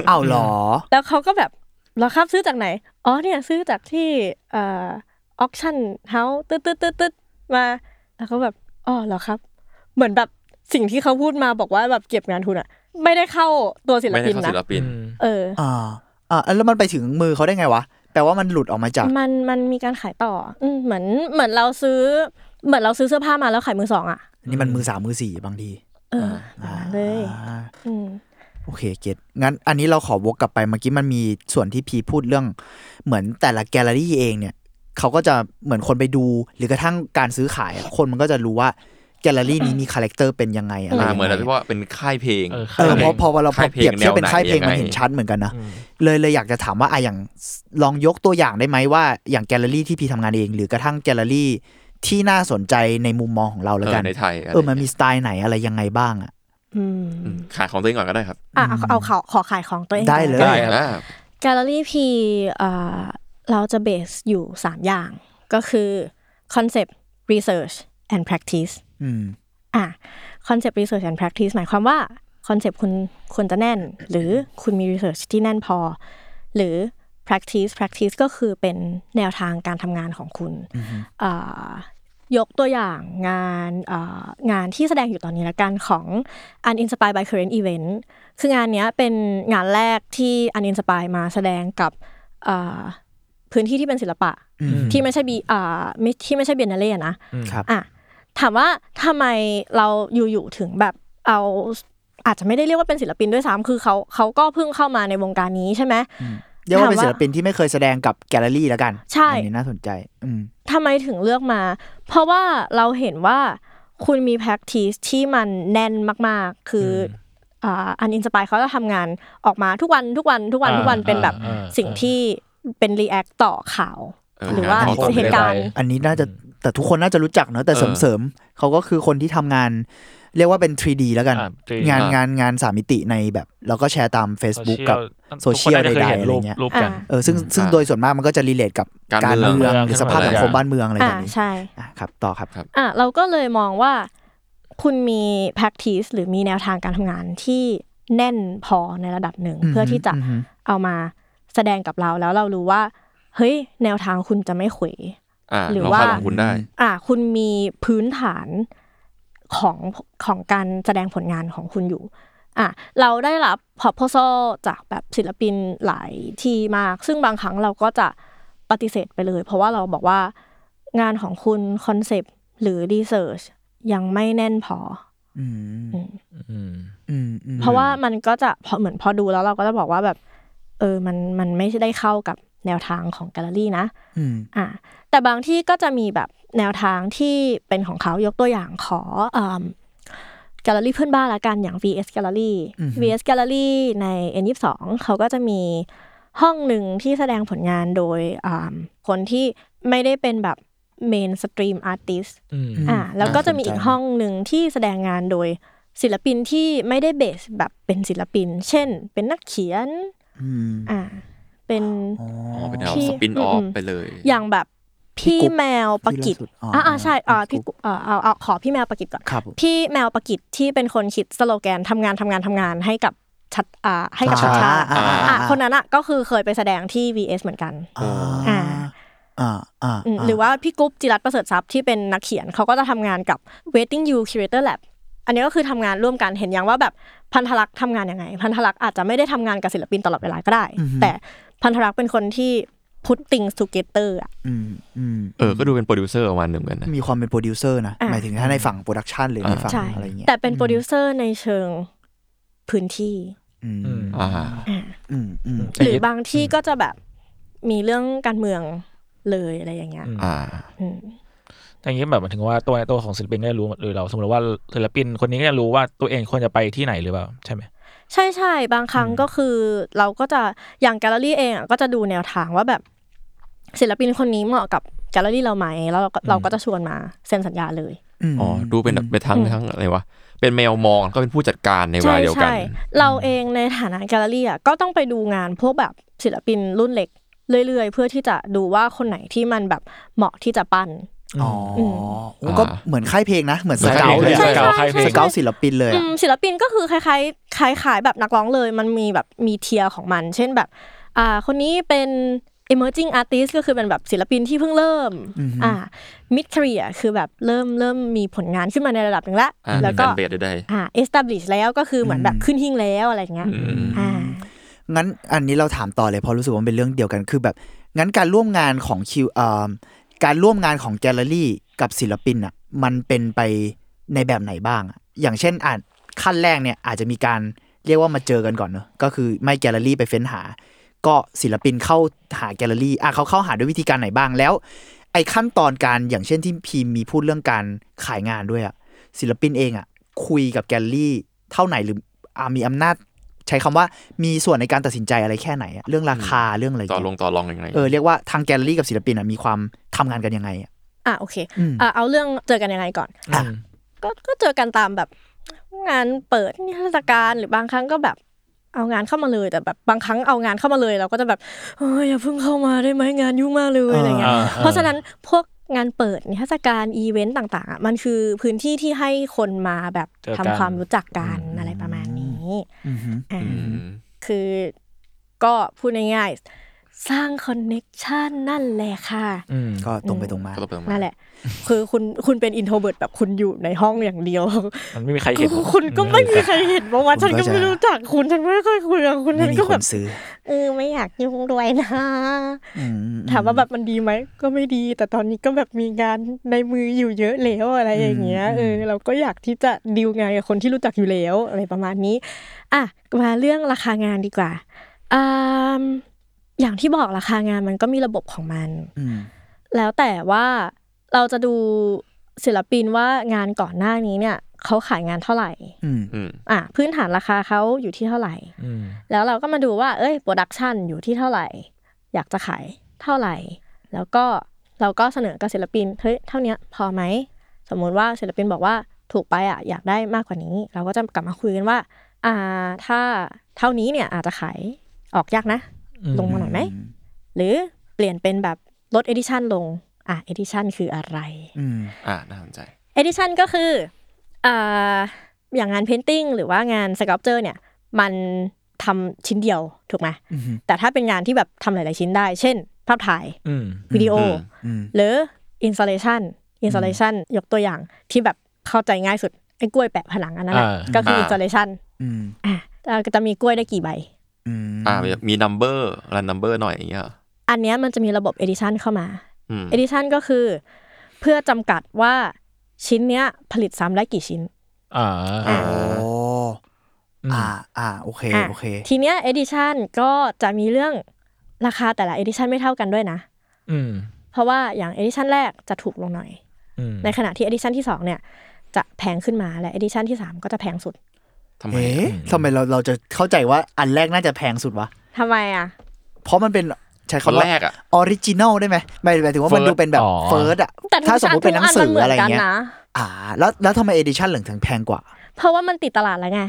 D: อ้าวเหรอ
E: แล้วเขาก็แบบเราครับซื้อจากไหน อ๋อเนี่ยซื้อจากที่เออ c t i o n house ตึ๊ดตึ๊ดตึ๊ดตึ๊ดมา แล้วเขาแบบอ๋อเหรอครับ เหมือนแบบสิ่งที่เขาพูดมาบอกว่าแบบเก็บงานทุนอะไม่ได้เข้าตัวศิล
C: ไม่ได้
E: ปิน
C: เข้า
E: นะ
C: ศิลปิน
E: เออ
D: อ่าอ่าแล้วมันไปถึงมือเขาได้ไงวะ แปลว่ามันหลุดออกมาจาก
E: มันมันมีการขายต่ออืมเหมือนเหมือนเราซื้อ เหมือนเราซื้อเสื้อผ้ามาแล้วขายมือสองอะ
D: นี่มันมือสามมือสี่บางที
E: เออแบบนั้นเลย
D: อ่า
E: อืม
D: โอเคเก็ตงั้น อันนี้เราขอวกกลับไปเมื่อกี้มันมีส่วนที่พีพูดเรื่อง เหมือนแต่ละแกลเลอรี่เองเนี่ยเขาก็จะเหมือนคนไปดู หรือกระทั่งการซื้อขายอะคนมันก็จะรู้ว่าแกลเลอรี่นี้มีคาแรคเตอร์เป็นยังไงอะไร
C: อ่า
D: ยังไง
C: เหมือนเราที่ว่าเป็นค่ายเพลง
B: เออ
D: เออเพราะเพอเราพ
C: ค่า
D: อย
C: เพลง
D: เปรียบเทียบเป็น
C: แนวไหน
D: ค่ายเพลงมัน
C: ยังไง
D: เห็นชัดเหมือนกันนะเลยเลยอยากจะถามว่าอะอย่างลองยกตัวอย่างได้ไหมว่าอย่างแกลเลอรี่ที่พีทำงานเอง หรือกระทั่งแกลเลอรี่ที่น่าสนใจในมุมมองของเรา
C: เอ
D: แล้ว
C: อ
D: กัน
C: ในไทยะไร
D: เออ มันมีสไตล์ไหนอะไรยังไงบ้างอะ
E: อืม
C: อืมขายของตัวเองก่อนก็ได้ครับ
E: อ่ะเอาเอาขอขอขายของตัวเอง
D: ได้เลย
E: ก่อน
B: ครับ
C: อ่า
E: แกลเลอรี่พีเราจะเบสอยู่ 3 อย่าง ก็คือ Concept Research and Practice
D: อืม
E: อ่ะ Concept Research and Practice หมายความว่า คอนเซปต์คุณควรจะแน่น หรือคุณมีรีเสิร์ชที่แน่นพอ หรือ practice practice ก็คือเป็นแนวทางการทำงานของคุณอ่ายกตัวอย่างงานอ่างานที่แสดงอยู่ตอนนี้ละกันของ Uninspired by Current Event คืองานเนี้ยเป็นงานแรกที่ Uninspired มาแสดงกับอ่าพื้นที่ที่เป็นศิลปะ ที่ไม่ใช่บีอ่าไม่ที่ไม่ใช่เบียนนาเล่นะ
D: ครับ
E: อ่ะถามว่าทำไมเราอยู่ๆถึงแบบเอาอาจจะไม่ได้เรียกว่าเป็นศิลปินด้วยซ้ำคือเขาเขาก็เพิ่งเข้ามาในวงการนี้ใช่ไหม
D: เรียกว่าเป็น
E: ถามว่า
D: ศิลปินที่ไม่เคยแสดงกับแกลเลอรี่แล้วกัน
E: ใช่
D: อันนี้น่าสนใจ อืม
E: ทำไมถึงเลือกมา เพราะว่าเราเห็นว่าคุณมี practice ที่มันแน่นมากๆ คืออ่าอันอินสปายเขาจะทำงานออกมาทุกวันทุกวันทุกวันทุกวัน
F: อ่า
E: เป็นแบบ
F: อ่าอ่า
E: สิ่งที่เป็น react ต่อข่าว
C: เออ
E: หรือว่า
C: ขงตน
E: เหตุการ
C: ใด
E: ณ์
D: อันนี้น่าจะแต่ทุกคนน่าจะรู้จักเนอะแต่
C: เออ
D: เสริมเสริมๆเขาก็คือคนที่ทำงาน เรียกว่าเป็น 3D แล้วกัน
F: อ่ะ 3D
D: งาน
C: อ่ะ
D: งานงานสามมิติในแบบ แล้วก็แชร์ตาม Facebook กับ โซเชียล
F: ทุกคนน่าจะเคย
D: ใดๆ
F: เห็น
D: อะไร
F: รูป
D: เงี้ย
F: รูปกัน
D: เออซึ่งซึ่ง
C: อ่ะ
D: โดยส่วนมากมันก็จะรีเลทกับ
C: การ
D: การ
C: เมือง
D: เมืองหรือสภาพสังคมบ้านเมืองอะไรแบ
E: อ่า
D: บนี้
E: ใช่
D: อ่ะครับต่อครับ
E: อ่ะเราก็เลยมองว่าคุณมี practice หรือมีแนวทางการทำงานที่แน่นพอในระดับหนึ่ง
D: อือฮึ
E: เพื่อที่จะ
D: อือฮึ
E: เอามาแสดงกับเราแล้วเรารู้ว่า เฮ้ย แนวทางคุณจะไม่เขว
C: อ่า
E: หรือ
C: เรา
E: ว่า
C: คาดหวังคุณได้
E: อ่ะคุณมีพื้นฐานของของการแสดงผลงานของคุณอยู่ อ่ะเราได้รับ proposal จากแบบศิลปินหลายที่มาก ซึ่งบางครั้งเราก็จะปฏิเสธไปเลย เพราะว่าเราบอกว่างานของคุณคอนเซปต์หรือรีเสิร์ชยังไม่แน่นพอ
D: อืม
E: อืม
B: อืม
D: อืมอืม
E: เพราะว่ามันก็จะพอเหมือนพอดูแล้วเราก็จะบอกว่าแบบ เออมันมันไม่ได้เข้ากับแนวทางของแกลเลอรี่นะ
D: อืม
E: อ่ะแต่บางที่ก็จะมีแบบแนวทางที่เป็นของเขายกตัวอย่างขอแกลเลอรี่เพื่อนบ้านละกันอย่าง VS Gallery VS Gallery ใน N22 เขาก็จะมีห้องหนึ่งที่แสดงผลงานโดยอ่าคนที่ไม่ได้เป็นแบบ Main Stream Artist
B: อืม
E: อ่าแล้วก็จะมีอีก
D: น่าสนใจ
E: ห้องหนึ่งที่แสดงงานโดยศิลปินที่ไม่ได้เบสแบบเป็นศิลปิน เช่น เป็นนักเขียน
D: อืม
E: อ่าเป็น
C: อ๋อเป็นแนว
E: พี่
C: สปินออฟ
E: อืม
C: ไปเลย
E: อย่างแบบพี่แมวปากิจ
D: ที่ล่าสุด
E: อ่าใช่อ่าพี่กุอ่าเอาเอาขอพี่แมวปากิจก่อน
D: ครับผม
E: พี่แมวปากิจที่เป็นคนคิดสโลแกนทำงานทำงานทำงานให้กับชัดอ่าให้กับชัดชาติ
D: อ่าอ่าอ่า
E: อ่าคนนั้นอ่ะก็คือเคยไปแสดงที่ VS เหมือนกัน
D: อ่า
E: อ่า
D: อ่าอ่า
E: อืมหรือว่าพี่กุ๊บจิรัตน์ประเสริฐทรัพย์ที่เป็นนักเขียนเขาก็จะทำงานกับ Waiting You Curator Lab อันนี้ก็คือทำงานร่วมกันเห็นยังว่าแบบพันธลักษณ์ทำงานยังไง พันธลักษณ์อาจจะไม่ได้ทำงานกับศิลปินตลอดเวลาก็ได้ แต่พันธลักษณ์เป็นคนที่ put things together อะ
D: อืมอืม
C: เออก็ดูเป็นโปรดิวเซอร์ประมาณหนึ่งเหมือนกันนะ
D: มีความเป็นโปรดิวเซอร์นะหมายถึงถ้าในฝั่งโปรดักชันหรือในฝั่ง
E: ใช่
D: อะไรอย่างเงี้ย
E: แต่เป็นโปรดิวเซอร์ในเชิงพื้นที่
D: อืม
C: อ่า
D: อืมอืม
E: หรือบางที่ก็จะแบบมีเรื่องการเมืองเลยอะไรอย่างเงี้ย
B: อืม
C: อ่า
E: อืม
B: แต่อย่างนี้แบบหมายถึงว่าตัวตัวของศิลปินก็จะรู้หรือเราสมมติว่าศิลปินคนนี้ก็จะรู้ว่าตัวเองควรจะไปที่ไหนหรือเปล่าใช่ไหม
E: ใช่ใช่บางครั้งก็คือเราก็จะอย่างแกลเลอรี่เองอะก็จะดูแนวทางว่าแบบ ศิลปินคนนี้เหมาะกับแกลเลอรี่เราไหมแล้วเราก็เราก็จะชวนมาเซ็นสัญญาเลย
D: ม
C: อ๋อ ดูเป็นแบบเป็นทั้งทั้งอะไรวะ เป็นแมวมองก็เป็นผู้จัดการในเว
E: ใช่
C: ลาเดียวกัน
E: ใช่เราเองในฐานะแกลเลอรี่อ่ะก็ต้องไปดูงานพวกแบบศิลปินรุ่นเล็กเรื่อยๆ เพื่อที่จะดูว่าคนไหนที่มันแบบเหมาะที่จะปั้น
D: อ๋ออ
E: ม
D: โอ้ก็เหมือนค่ายเพลงนะ เหมือน
C: เหมื
D: ส
C: อน
D: เก
C: ค่าย
D: ล
C: เพลง
D: เลยอะ
C: ใช่
B: ใช่
D: สเกล
B: ใช่
D: สเกลศิลปินเลย
E: อื
D: อะ
E: มศิลปินก็คือคล้ายๆคล้ายขายๆแบบนักร้องเลย มันมีแบบมีเทียร์ของมัน เช่นแบบอ่าคนนี้เป็น emerging artist ก็คือเป็นแบบศิลปินที่เพิ่งเริ่มอ่า mid career คือแบบเริ่มเริ่มมีผลงานขึ้นมาในระดับหนึ่งละ
C: อ่า
E: แล้
C: เป็
E: วน ก็
C: แฟนเบสได้
E: อ่า establish แล้วก็คือเหมือนแบบขึ้นหิ้งแล้วอะไรอย่างเงี้ย
C: อืม
E: อ่า
D: งั้นอันนี้เราถามต่อเลยเพราะรู้สึกว่ามันเป็นเรื่องเดียวกันคือแบบ งั้นการร่วมงานของคิวเอ่อการร่วมงานของแกลเลอรี่กับศิลปินอ่ะมันเป็นไปในแบบไหนบ้างอะอย่างเช่นอาจขั้นแรกเนี่ยอาจจะมีการเรียกว่ามาเจอกันก่อนเนอะก็คือไม่แกลเลอรี่ไปเฟ้นหา ก็ศิลปินเข้าหาแกลเลอรี่อ่ะเขาเข้าหาด้วยวิธีการไหนบ้างแล้ว ไอ้ขั้นตอนการอย่างเช่นที่พีมมีพูดเรื่องการขายงานด้วยอ่ะศิลปินเองอ่ะคุยกับแกลเลอรี่เท่าไหนหรืออามีอำนาจ ใช้คำว่ามีส่วนในการตัดสินใจอะไรแค่ไหนอะเรื่องราคาเรื่องอะไร
C: ต่อ
D: เงี้ย
C: ลงต่อรองยังไง
D: เออเรียกว่าทางแกลเลอรี่กับศิลปินอะมีความทำงานกันยังไงอะ
E: อ่ะโอเค
D: อืม
E: อ่ะเอาเรื่องเจอกันยังไงก่อน
D: อ่ะ
E: ก็ก็เจอกันตามแบบงานเปิดนิทรรศการหรือบางครั้งก็แบบเอางานเข้ามาเลยแต่แบบบางครั้งเอางานเข้ามาเลยเราก็จะแบบเอ้ยอย่าเพิ่งเข้ามาได้ไหมงานยุ่งมากเลยอะไรเงี้ย
F: อ่า
E: เพราะฉะนั้นพวกงานเปิดนิทรรศการอีเวนต์ต่างๆอ่ะมันคือพื้นที่ที่ให้คนมาแบบ
B: เจอกัน
E: ทำความรู้จักกันอะไรประมาณนี้
D: อือฮึ
E: อ่า
C: อืม
E: คือก็พูดง่ายๆสร้างคอนเน็กชันนั่นแหละค่ะ
B: อืม
D: ก็ตรงไปตรงมา
C: ก็ต้องเปิดมา
E: นั่นแหละ คือคุณคุณเป็นอินโทรเบิร์ตแบบคุณอยู่ในห้องอย่างเดียว
B: มันไม่มีใครเห็น
E: คุณก็ไม่มีใครเห็นเพราะว่า
D: คุ
E: ฉั
D: ณ
E: น
D: ก็
E: ก็ไม่
D: จะ
E: รู้จักคุณฉันไม่ค่อยคุยกับคุณ
D: ไม่
E: ฉัน
D: มี
E: ก็
D: ค
E: แบบ
D: นซื้อ
E: เออไม่อยากยุ่งด้วยนะ
D: อื
E: ถามว่าแบบมันดีไหมก็ไม่ดี แต่ตอนนี้ก็แบบมีงานในมืออยู่เยอะแล้วอะไรอย่างเงี้ยเออเราก็อยากที่จะดีลงานกับคนที่รู้จักอยู่แล้วอะไรประมาณนี้อ่ะมาเรื่องราคางานดีกว่าอมอย่างที่บอกราคางานมันก็มีระบบของมัน
D: อืม
E: แล้วแต่ว่าเราจะดูศิลปินว่างานก่อนหน้านี้เนี่ยเขาขายงานเท่าไหร่
D: อืม
C: อืม
E: อ่ะพื้นฐานราคาเขาอยู่ที่เท่าไหร่
B: อืม
E: แล้วเราก็มาดูว่า เอ้ย โปรดักชันอยู่ที่เท่าไหร่ อยากจะขายเท่าไหร่ แล้วก็เราก็เสนอกับศิลปิน เฮ้ย เท่าเนี้ยพอไหม สมมุติว่าศิลปินบอกว่าถูกไปอ่ะ อยากได้มากกว่านี้ เราก็จะกลับมาคุยกันว่า อ่า ถ้าเท่านี้เนี่ยอาจจะขายออกยากนะ
B: อืม
E: ลงมาหน่อยไหม หรือเปลี่ยนเป็นแบบลดเอดิชันลง อ่ะ เอดิชันคืออะไร
D: อืม
C: อ่าน่าสนใจ
E: เอดิชันก็คืออ่าอย่างงานเพนติ้งหรือว่างานสกับเจอร์เนี่ย มันทำชิ้นเดียวถูกไหม
D: อืม
E: แต่ถ้าเป็นงานที่แบบทำหลาย ๆ ชิ้นได้ เช่น ภาพถ่าย
B: อืม
E: วิดีโอ
C: อืม
D: อืม
E: หรืออินส l เลชันอินส l เลชันยกตัวอย่างที่แบบเข้าใจง่ายสุด ไอ้กล้วยแปะผนังอันนั้นแหละ
B: อ่า
E: ก็คื
C: ม
E: ออินส l เลชัน
D: อืม
E: อ่ะเราก็จะมีกล้วยได้กี่ใบ
D: อืม
C: อ่ามีนัมเบอร์รันนัมเบอร์หน่อยอย่างเงี้ยเหรอ
E: อันเนี้ยมันจะมีระบบเอดิชันเข้ามา
C: อืม
E: เอดิชันก็คือ เพื่อจำกัดว่าชิ้นเนี้ยผลิตซ้ำได้กี่ชิ้น
B: อ่า
C: อ่า
D: โอ้
B: อืม
D: อ่าอ่าโอเค
E: อ่ะ
D: โอเค
E: ทีเนี้ยเอดิชันก็จะมีเรื่องราคาแต่ละเอดิชันไม่เท่ากันด้วยนะ
B: อืม
E: เพราะว่าอย่างเอดิชันแรกจะถูกลงหน่อย
B: อืม
E: ในขณะที่ Edition ที่ 2 เนี่ย จะแพงขึ้นมาและ Edition ที่ 3 ก็จะแพงสุด
C: ทำไม
D: เอ๊ะทำไมเราเราจะเข้าใจว่าอันแรกน่าจะแพงสุดวะ
E: ทำไมอ่ะ
D: เพราะมันเป็นใช้
C: คน
D: คำว่า
C: แรกอ่ะ
D: ออริจินอลได้ไหมหมายหมายถึงว่ามัน
C: First
D: ดูเป็นแบบ
B: อ๋อ
D: เฟิร์สอะ
E: แต่ทุก
D: ถ้าสมมติเป็นหนังสืออะไร
E: ชั้นทุกนมันหมืน
D: เงี้
E: กั
D: ย
E: นนะ
D: อ่า แล้วแล้วทำไมเอดิชั่นหลังถึงแพงกว่า
E: เพราะว่ามันติดตลาดแล้วไง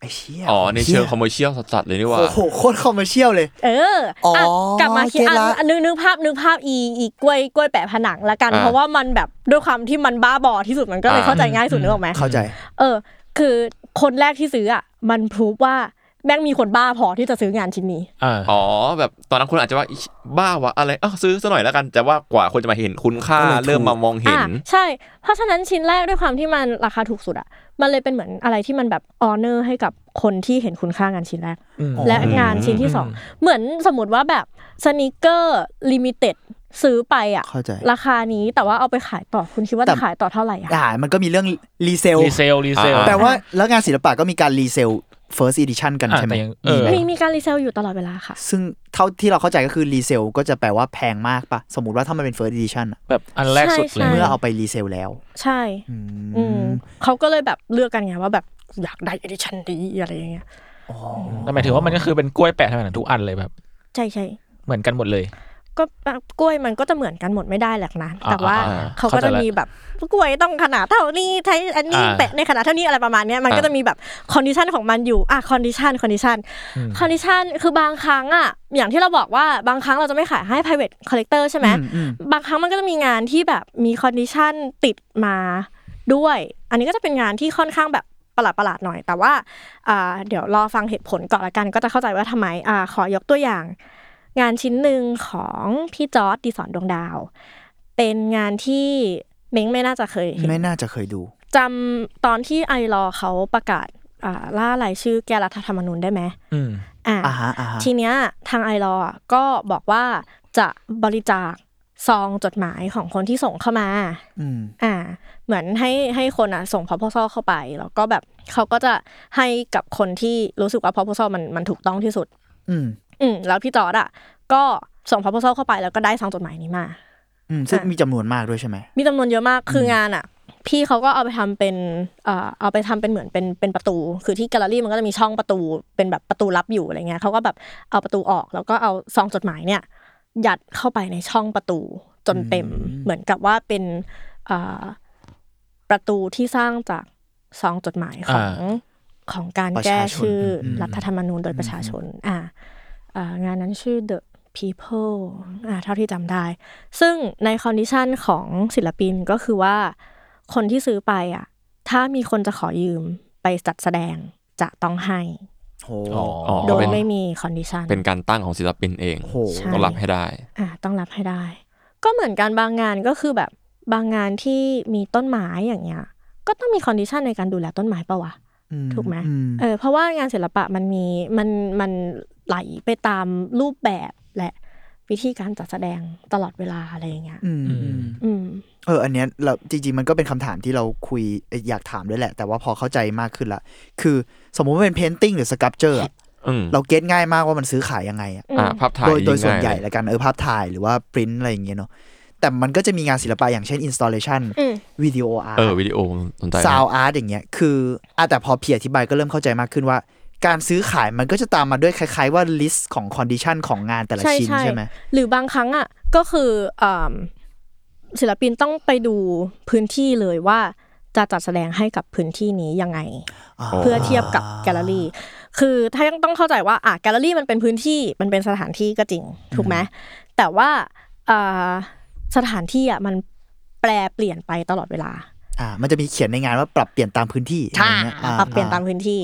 D: ไอ้เชี่ย
C: อ๋อในเชิงคอ
D: หี้
C: ม
D: ย
C: เมอร์เชียลสัสๆเลยนี่หว่า
D: โอ้โหโคตรคอมเมอร์เชียลเลย
E: เอออ่ะ
D: อ๋อก
E: ลับมาคิด
D: เก็ต
E: อ่ะ
D: ละ
E: อ่ะนึกนึกภาพนึกภาพอีอีกล้วยกล้วยแปะผนังละกัน
C: อ่า
E: เพราะว่ามันแบบด้วยความที่มันบ้าบอที่สุดมันก็เลย
C: อ่า
E: เข้าใจง่ายสุดนึกออกไหม
D: เข้าใจ
E: เออ คือคนแรกที่ซื้ออ่ะมันพรูฟว่าแม่งมีคนบ้าพอที่จะซื้องานชิ้นนี้
B: อ่า
C: อ๋อแบบตอนนั้นคุณอาจจะว่าอิ๊ยบ้าวะอะไรอ้าวซื้อซะหน่อยแล้วกันแต่ว่ากว่าคนจะมาเห็นคุณค่า
D: ก็เลยถูก
C: เริ่มมามองเห็น
E: อ่ะใช่ เพราะฉะนั้นชิ้นแรกด้วยความที่มันราคาถูกสุดอ่ะ มันเลยเป็นเหมือนอะไรที่มันแบบออเนอร์ให้กับคนที่เห็นคุณค่างานชิ้นแรก
B: อืม
E: และงานชิ้นที่สองเหมือนสมมติว่าแบบสน e เกอร์ลิมิเต็ดซื้อไปอ่ะ
D: เข้าใจ
E: ราคานี้แต่ว่าเอาไปขายต่อคุณคิดว่า
D: แต่
E: จะขายต่อเท่าไหร่อ่ะ
D: อ่ามันก็มีเรื่องรีเซล
B: รีเซลรีเซล
C: อ่า
D: แต่ว่าแล้วงานศิลปะก็มีการรีเซลเฟิร์สอีดิชันกัน
B: อ่ะ
D: ใช่ไหม
B: แต่ยังเออ
D: มีไหม
E: มีมีการรีเซลอยู่ตลอดเวลาค่ะ
D: ซึ่งเท่าที่เราเข้าใจก็คือรีเซลก็จะแปลว่าแพงมากปะสมมติว่าถ้ามันเป็นเฟิร์สอีดิชัน
B: แบบอันแรกสุด
E: ใช่
B: เลย
D: เมื่อเอาไปรีเซลแล้ว
E: ใช่
D: อื
E: อืม
D: ม
E: เขาก็เลยแบบเลือกกันไงว่าแบบอยากได้เอดิชันดีอะไรอย่างเงี้ย
B: แต่หมายถึงว่ามันก็คือเป็นกล้วยแปะทำไมทุกอันเลยแบบ
E: ใช่ใช่
B: เหมือนกันหมดเลย
E: ก็กล้วยมันก็จะเหมือนกันหมดไม่ได้แหละนะ
B: อ่า
E: แต่ว่า
B: อ่า
E: เขาก็
B: เข้าใจ
E: จะ
B: ละ
E: มีแบบกล้วยต้องขนาดเท่านี้ใช้อันนี้
B: อ่า
E: แปะในขนาดเท่านี้อะไรประมาณเนี้ยมันก็จะมีแบบคอนดิชันของมันอยู่อ่ะคอนดิชันคอนดิชัน
B: อืม
E: คอนดิชันคือบางครั้งอะอย่างที่เราบอกว่าบางครั้งเราจะไม่ขายให้ private collector ใช่ไหม
D: อืมอืม
E: บางครั้งมันก็จะมีงานที่แบบมีคอนดิชันติดมาด้วย อันนี้ก็จะเป็นงานที่ค่อนข้างแบบประหลาดประหลาดๆหน่อย แต่ว่าอ่าเดี๋ยวรอฟังเหตุผลก่อนละกัน ก็จะเข้าใจว่าทำไมอ่าขอยกตัวอย่าง งานชิ้นหนึ่งของพี่จอร์ดดีสอนดวงดาว เป็นงานที่เม้งไม่น่าจะเคยเห็น
D: ไม่น่าจะเคยดู
E: จำตอนที่ไอรอว์เขาประกาศอ่าล่ารายชื่อแก้รัฐธรรมนูญได้ไหม
B: อืม
E: อ่า
D: อ่าฮะอ่าฮะ
E: ทีเนี้ยทางไอรอว์อะก็บอกว่าจะบริจาคซองจดหมายของคนที่ส่งเข้ามา
D: อืม
E: อ่า เหมือนให้ให้คนอ่ะส่งพอพซเข้าไป แล้วก็แบบเขาก็จะให้กับคนที่รู้สึกว่าพอพซมันมันถูกต้องที่สุด
D: อืม
E: อืมแล้วพี่จอร์ดอ่ะก็ส่งพอพซเข้าไปแล้วก็ได้ซองจดหมายนี้มา
D: อืมซึ่ง
E: อ่ะ
D: มีจำนวนมากด้วยใช่ไหม
E: มีจำนวนเยอะมากคืองานอ่ะ พี่เขาก็เอาไปทำเป็นเอ่อเอาไปทำเป็นเหมือนเป็นเป็นประตู คือที่แกลเลอรี่มันก็จะมีช่องประตูเป็นแบบประตูลับอยู่อะไรเงี้ยเขาก็แบบเอาประตูออก แล้วก็เอาซองจดหมายเนี่ยยัดเข้าไปในช่องประตูจนเต็ม
D: อืม
E: เหมือนกับว่าเป็นเอ่อประตูที่สร้างจากซองจดหมายของของการแก้ชื่อรัฐธรรมนูญโดยประชาชนอ่า อ่างานนั้นชื่อ The People อ่าเท่าที่จำได้ ซึ่งในคอนดิชันของศิลปินก็คือว่า คนที่ซื้อไปอ่ะ ถ้ามีคนจะขอยืมไปจัดแสดง จะต้องให้
D: โห
B: อ๋อ
C: อ๋อ
E: โดย
C: เป็น
E: ไม่มีคอนดิชัน
C: เป็นการตั้งของศิลปินเอง
D: โห
E: ใช่
C: ต้องรับให้ได้
E: อ่าต้องรับให้ได้ ก็เหมือนกันบางงานก็คือแบบบางงานที่มีต้นไม้อย่างเงี้ย ก็ต้องมีคอนดิชันในการดูแลต้นไม้ปะวะ ถูกไหม เออเพราะว่างานศิลปะมันมีมันมันไหลไปตามรูปแบบและวิธีการจัดแสดงตลอดเวลาอะไรอย่างเงี้ย
D: อืม
B: อืม
D: อืม
E: อืม
D: เออ อันเนี้ยเราจริง ๆ มันก็เป็นคำถามที่เราคุยเอ่ออยากถามด้วยแหละ แต่ว่าพอเข้าใจมากขึ้นละ คือสมมุติว่าเป็นเพนติ้งหรือสครับเจอร์
C: อืม
D: เราเก็ตง่ายมากว่ามันซื้อขายยังไงอะ
C: อ่าภาพถ่าย
D: โดยโดยส่วน
C: ง่า
D: ใหญ่
C: เลย
D: ละกันเออภาพถ่ายหรือว่าปริ้นอะไรอย่างเงี้ยเนาะแต่มันก็จะมีงานศิลปะอย่างเช่น installation
E: อืม
D: วิดีโออาร์
C: เออวิดีโอผมสนใจ
D: ซาวอาร์ตอย่างเงี้ยคืออ่ะแต่พอเพียอธิบายก็เริ่มเข้าใจมากขึ้นว่า การซื้อขายมันก็จะตามมาด้วยคล้ายๆว่าลิสต์ของคอนดิชันของงานแต่ละชิ้นใช่ไหม
E: หรือบางครั้งอ่ะก็คืออ่ำศิลปินต้องไปดูพื้นที่เลยว่าจะจัดแสดงให้กับพื้นที่นี้ยังไง เพื่อเทียบกับแกลเลอรี่ คือถ้ายังต้องเข้าใจว่าอ่ะแกลเลอรี่มันเป็นพื้นที่ มันเป็นสถานที่ก็จริง ถูกไหม แต่ว่าอ่าสถานที่อ่ะมันแปลเปลี่ยนไปตลอดเวลา
D: อ่ามันจะมีเขียนในงานว่าปรับเปลี่ยนตามพื้นที่อะไรเงี้ย
E: ปรับเปลี่ยนตามพื้นที่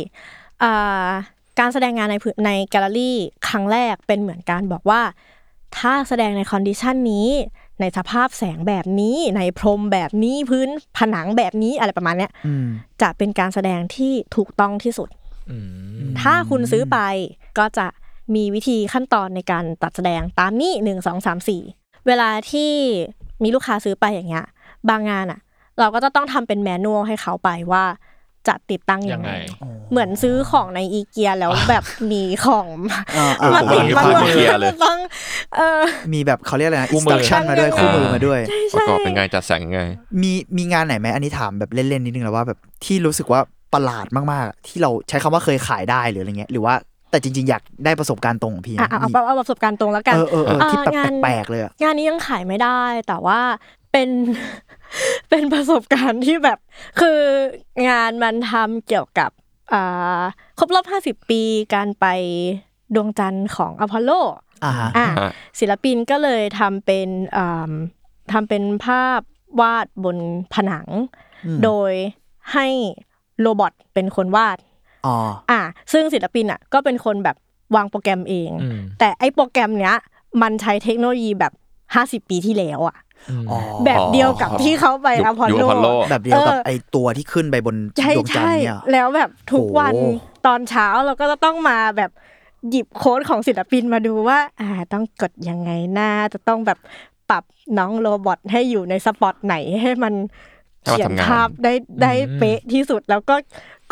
E: อ่าการแสดงงานในพื้นในแกลเลอรี่ครั้งแรกเป็นเหมือนการบอกว่า ถ้าแสดงในคอนดิชันนี้ ในสภาพแสงแบบนี้ ในพรมแบบนี้พื้นผนังแบบนี้อะไรประมาณเนี้ย
D: อืม
E: จะเป็นการแสดงที่ถูกต้องที่สุด
B: อืม
E: ถ้าคุณซื้อไปก็จะมีวิธีขั้นตอนในการตัดแสดงตามนี้หนึ่งสองสามสี่เวลาที่มีลูกค้าซื้อไปอย่างเงี้ย บางงานอ่ะ เราก็จะต้องทำเป็นแมนนวลให้เขาไปว่าจะติดตั้ง
B: ยั
E: ยัง ง
B: ไง
E: ไง เหมือนซื้อของในอีเกียแล้วแบบมีของ
D: อ่าอ่า
E: มาติด
C: ผม
E: มา
C: เห็นภาพ
E: ด้วย
C: IKEA เลย
E: จะต้องเออ
D: มีแบบเขาเรียกอะไรนะ
B: คู่
D: อิน
B: มื
D: ส
B: อ
D: ตัชั่นมาด้วย
E: ใช่
D: คู่มือมาด้วย
C: ประกอบเป็นไงจัดแสงยังไง
D: มีมีงานไหนไหมอันนี้ถามแบบเล่นๆนิดนึงแล้วว่าแบบที่รู้สึกว่าประหลาดมากๆ ที่เราใช้คำว่าเคยขายได้หรืออะไรเงี้ยหรือว่าแต่จริง ๆ อยากได้ประสบการณ์ตรงของพี่
E: อ่ะเอา
D: มี
E: เอาเอาประสบการณ์ตรงแล้วกัน
D: เออเออเออที่แบบ
E: อ่างาน
D: แปลกๆเลยอะ
E: งานนี้ยังขายไม่ได้ แต่ว่าเป็น [LAUGHS] เป็นประสบการณ์ที่แบบ คืองานมันทำเกี่ยวกับอ่าครบรอบ 50 ปีการไปดวงจันทร์ของอพอลโล
D: อ่าฮะ
E: อ่ะ
C: อ่า
E: ศิลปินก็เลยทำเป็นอ่ำทำเป็นภาพวาดบนผนัง โดยให้โรบอทเป็นคนวาด
D: อ๋อ
E: อ่ะซึ่งศิลปินอ่ะก็เป็นคนแบบวางโปรแกรมเอง
B: อืม
E: แต่ไอ้โปรแกรมเนี้ย มันใช้เทคโนโลยีแบบ 50 ปีที่แล้วอ่ะ
D: อ๋อ
E: แบบเดียวกับที่เขาไปอพอล
C: ยุคอ
E: โล
C: พอลโล
D: แบบเดียวกับ
E: เออ
D: ไอตัวที่ขึ้นไปบน
E: ใช่
D: ดวงจันท
E: ใช่
D: ร์เนี่ย
E: แล้วแบบทุกวัน
D: โห
E: ตอนเช้าเราก็จะต้องมาแบบหยิบโค้ดของศิลปินมาดูว่า อ่าต้องกดยังไงหน้าจะต้องแบบปรับน้องโรบอทให้อยู่ในสปอตไหนให้มัน
C: ให้มัน
E: เขียน
C: ทำงาน
E: ภาพได้ได้เป๊ะที่สุดแล้วก็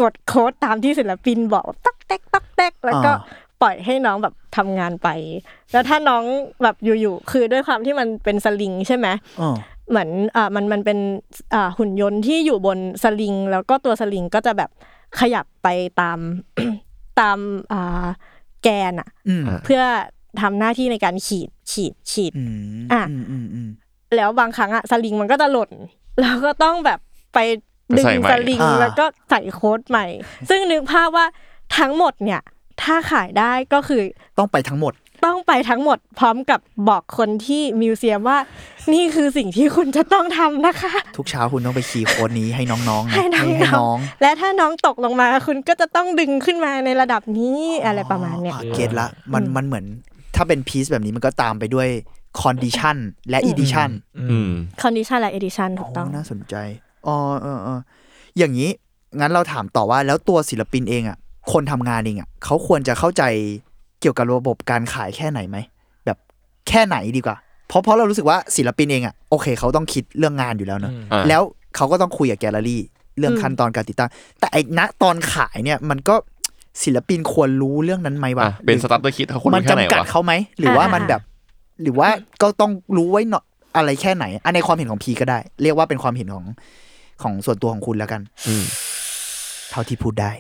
E: กดโค้ดตามที่ศิลปินบอกตักแตกตักแตกแล้วก็ปล่อยให้น้องแบบทำงานไป แล้วถ้าน้องแบบอยู่ๆคือด้วยความที่มันเป็นสลิงใช่ไหม
D: อ๋อ
E: เหมือนอ่ามันมันเป็นอ่าหุ่นยนต์ที่อยู่บนสลิง แล้วก็ตัวสลิงก็จะแบบขยับไปตาม [COUGHS] ตามอ่าแกนอะ
D: อืม
E: เพื่อทำหน้าที่ในการขีดขีดขีด
D: อืม
E: อ่ะ
D: อืมอืมอืม
E: แล้วบางครั้งอะสลิงมันก็จะหล่น [LAUGHS] แล้วก็ต้องแบบไปดึง
C: ไปใส่ใหม่
E: สลิง
D: อ่า
E: แล้วก็ใส่โค้ดใหม่ ซึ่งนึกภาพว่าทั้งหมดเนี่ย ถ้าขายได้ก็คือ
D: ต้องไปทั้งหมด
E: ต้องไปทั้งหมดพร้อมกับบอกคนที่มิวเซียมว่า นี่คือสิ่งที่คุณจะต้องทำนะคะ
D: ทุกเช้าคุณต้องไปคีย์โค้ดนี้ให้น้องๆนะ
E: ให้น้องๆ
D: ให้น้อง
E: และถ้าน้องตกลงมาคุณก็จะต้องดึงขึ้นมาในระดับนี้อะไรประมาณเนี้ย
D: อ่เก็ตละมันมันเหมือน ถ้าเป็นพีซแบบนี้มันก็ตามไปด้วยคอนดิชันและอีดิชัน
C: อืม
E: condition และ edition ถูกต้อง
D: น่าสนใจอ๋อเออเอออย่างนี้ งั้นเราถามต่อว่าแล้วตัวศิลปินเองอ่ะ คนทำงานเองอ่ะเขาควรจะเข้าใจเกี่ยวกับระบบการขายแค่ไหนไหม แบบแค่ไหนดีกว่า เพราะเพราะเรารู้สึกว่าศิลปินเองอ่ะโอเคเขาต้องคิดเรื่องงานอยู่แล้วเนอะ
C: อ่า
D: แล้วเขาก็ต้องคุยกับแกลเลอรี่ เรื่อง
E: อืม
D: ขั้นตอนการติดตั้ง แต่ไอ้ณตอนขายเนี่ยมันก็ศิลปินควรรู้เรื่องนั้นไหมวะ
C: อ่ะเป็น
D: ห
C: ส
D: รือ
C: ตาร์เตอร์คิดเขาคน
D: มัน
C: รู้แค่ไหน
D: จำกัด
C: วะ
D: เขาไหม หรือว่ามันแบบ หรือว่าก็ต้องรู้ไว้หน่อยอะไรแค่ไหนอันในความเห็นของพีก็ได้ เรียกว่าเป็นความเห็นของของส่วนตัวของคุณแล้วกัน
C: อืม
D: เท่าที่พูดได้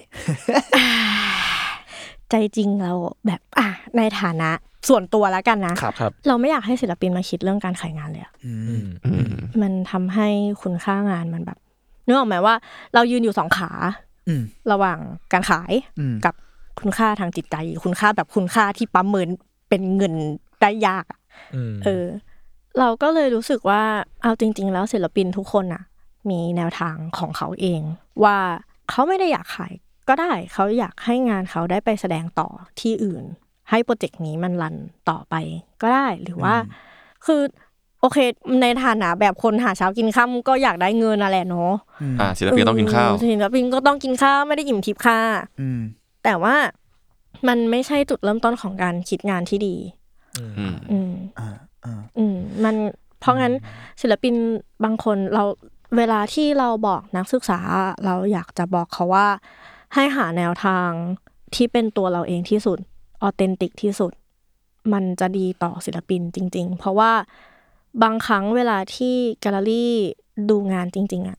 E: ใจจริงเราแบบอ่ะในฐานะส่วนตัวแล้วกันนะ
D: ครับ
B: ครับ
E: เราไม่อยากให้ศิลปินมาคิดเรื่องการขายงานเลยอะ
D: อื
B: อื
D: ม
B: ม
C: อืม
E: มันทำให้คุณค่างานมันแบบนึกออกไหมว่า เรายืนอยู่สองขา
D: อืม
E: ระหว่างการขาย
D: อืม
E: กับคุณค่าทางจิตใจ คุณค่าแบบคุณค่าที่ประเมินเป็นเงินได้ยากอะ
B: อืม
E: เออเราก็เลยรู้สึกว่าเอาจริง ๆ แล้วศิลปินทุกคนน่ะ มีแนวทางของเขาเอง ว่าเขาไม่ได้อยากขาย ก็ได้เขาอยากให้งานเขาได้ไปแสดงต่อที่อื่น ให้โปรเจกต์นี้มันรันต่อไปก็ได้หรือว่า คือโอเค ในฐานะแบบคนหาเช้ากินค่ำก็อยากได้เงินน่ะแหละเนาะ
D: อืม
C: อ่าศิลปินต้องกินข้าว
E: เออศิลปินก็ต้องกินข้าวไม่ได้อิ่มทิพย์ค่ะ
D: อืม
E: แต่ว่ามันไม่ใช่จุดเริ่มต้นของการคิดงานที่ดี
C: อืม
E: อืม
D: อ่าอ่า
E: อืมมันเพราะงั้นศิลปินบางคนเราเวลาที่เราบอกนักศึกษา เราอยากจะบอกเขาว่า ให้หาแนวทางที่เป็นตัวเราเองที่สุดออเทนติกที่สุด มันจะดีต่อศิลปินจริง ๆ เพราะว่าบางครั้งเวลาที่แกลเลอรี่ดูงานจริง ๆอะ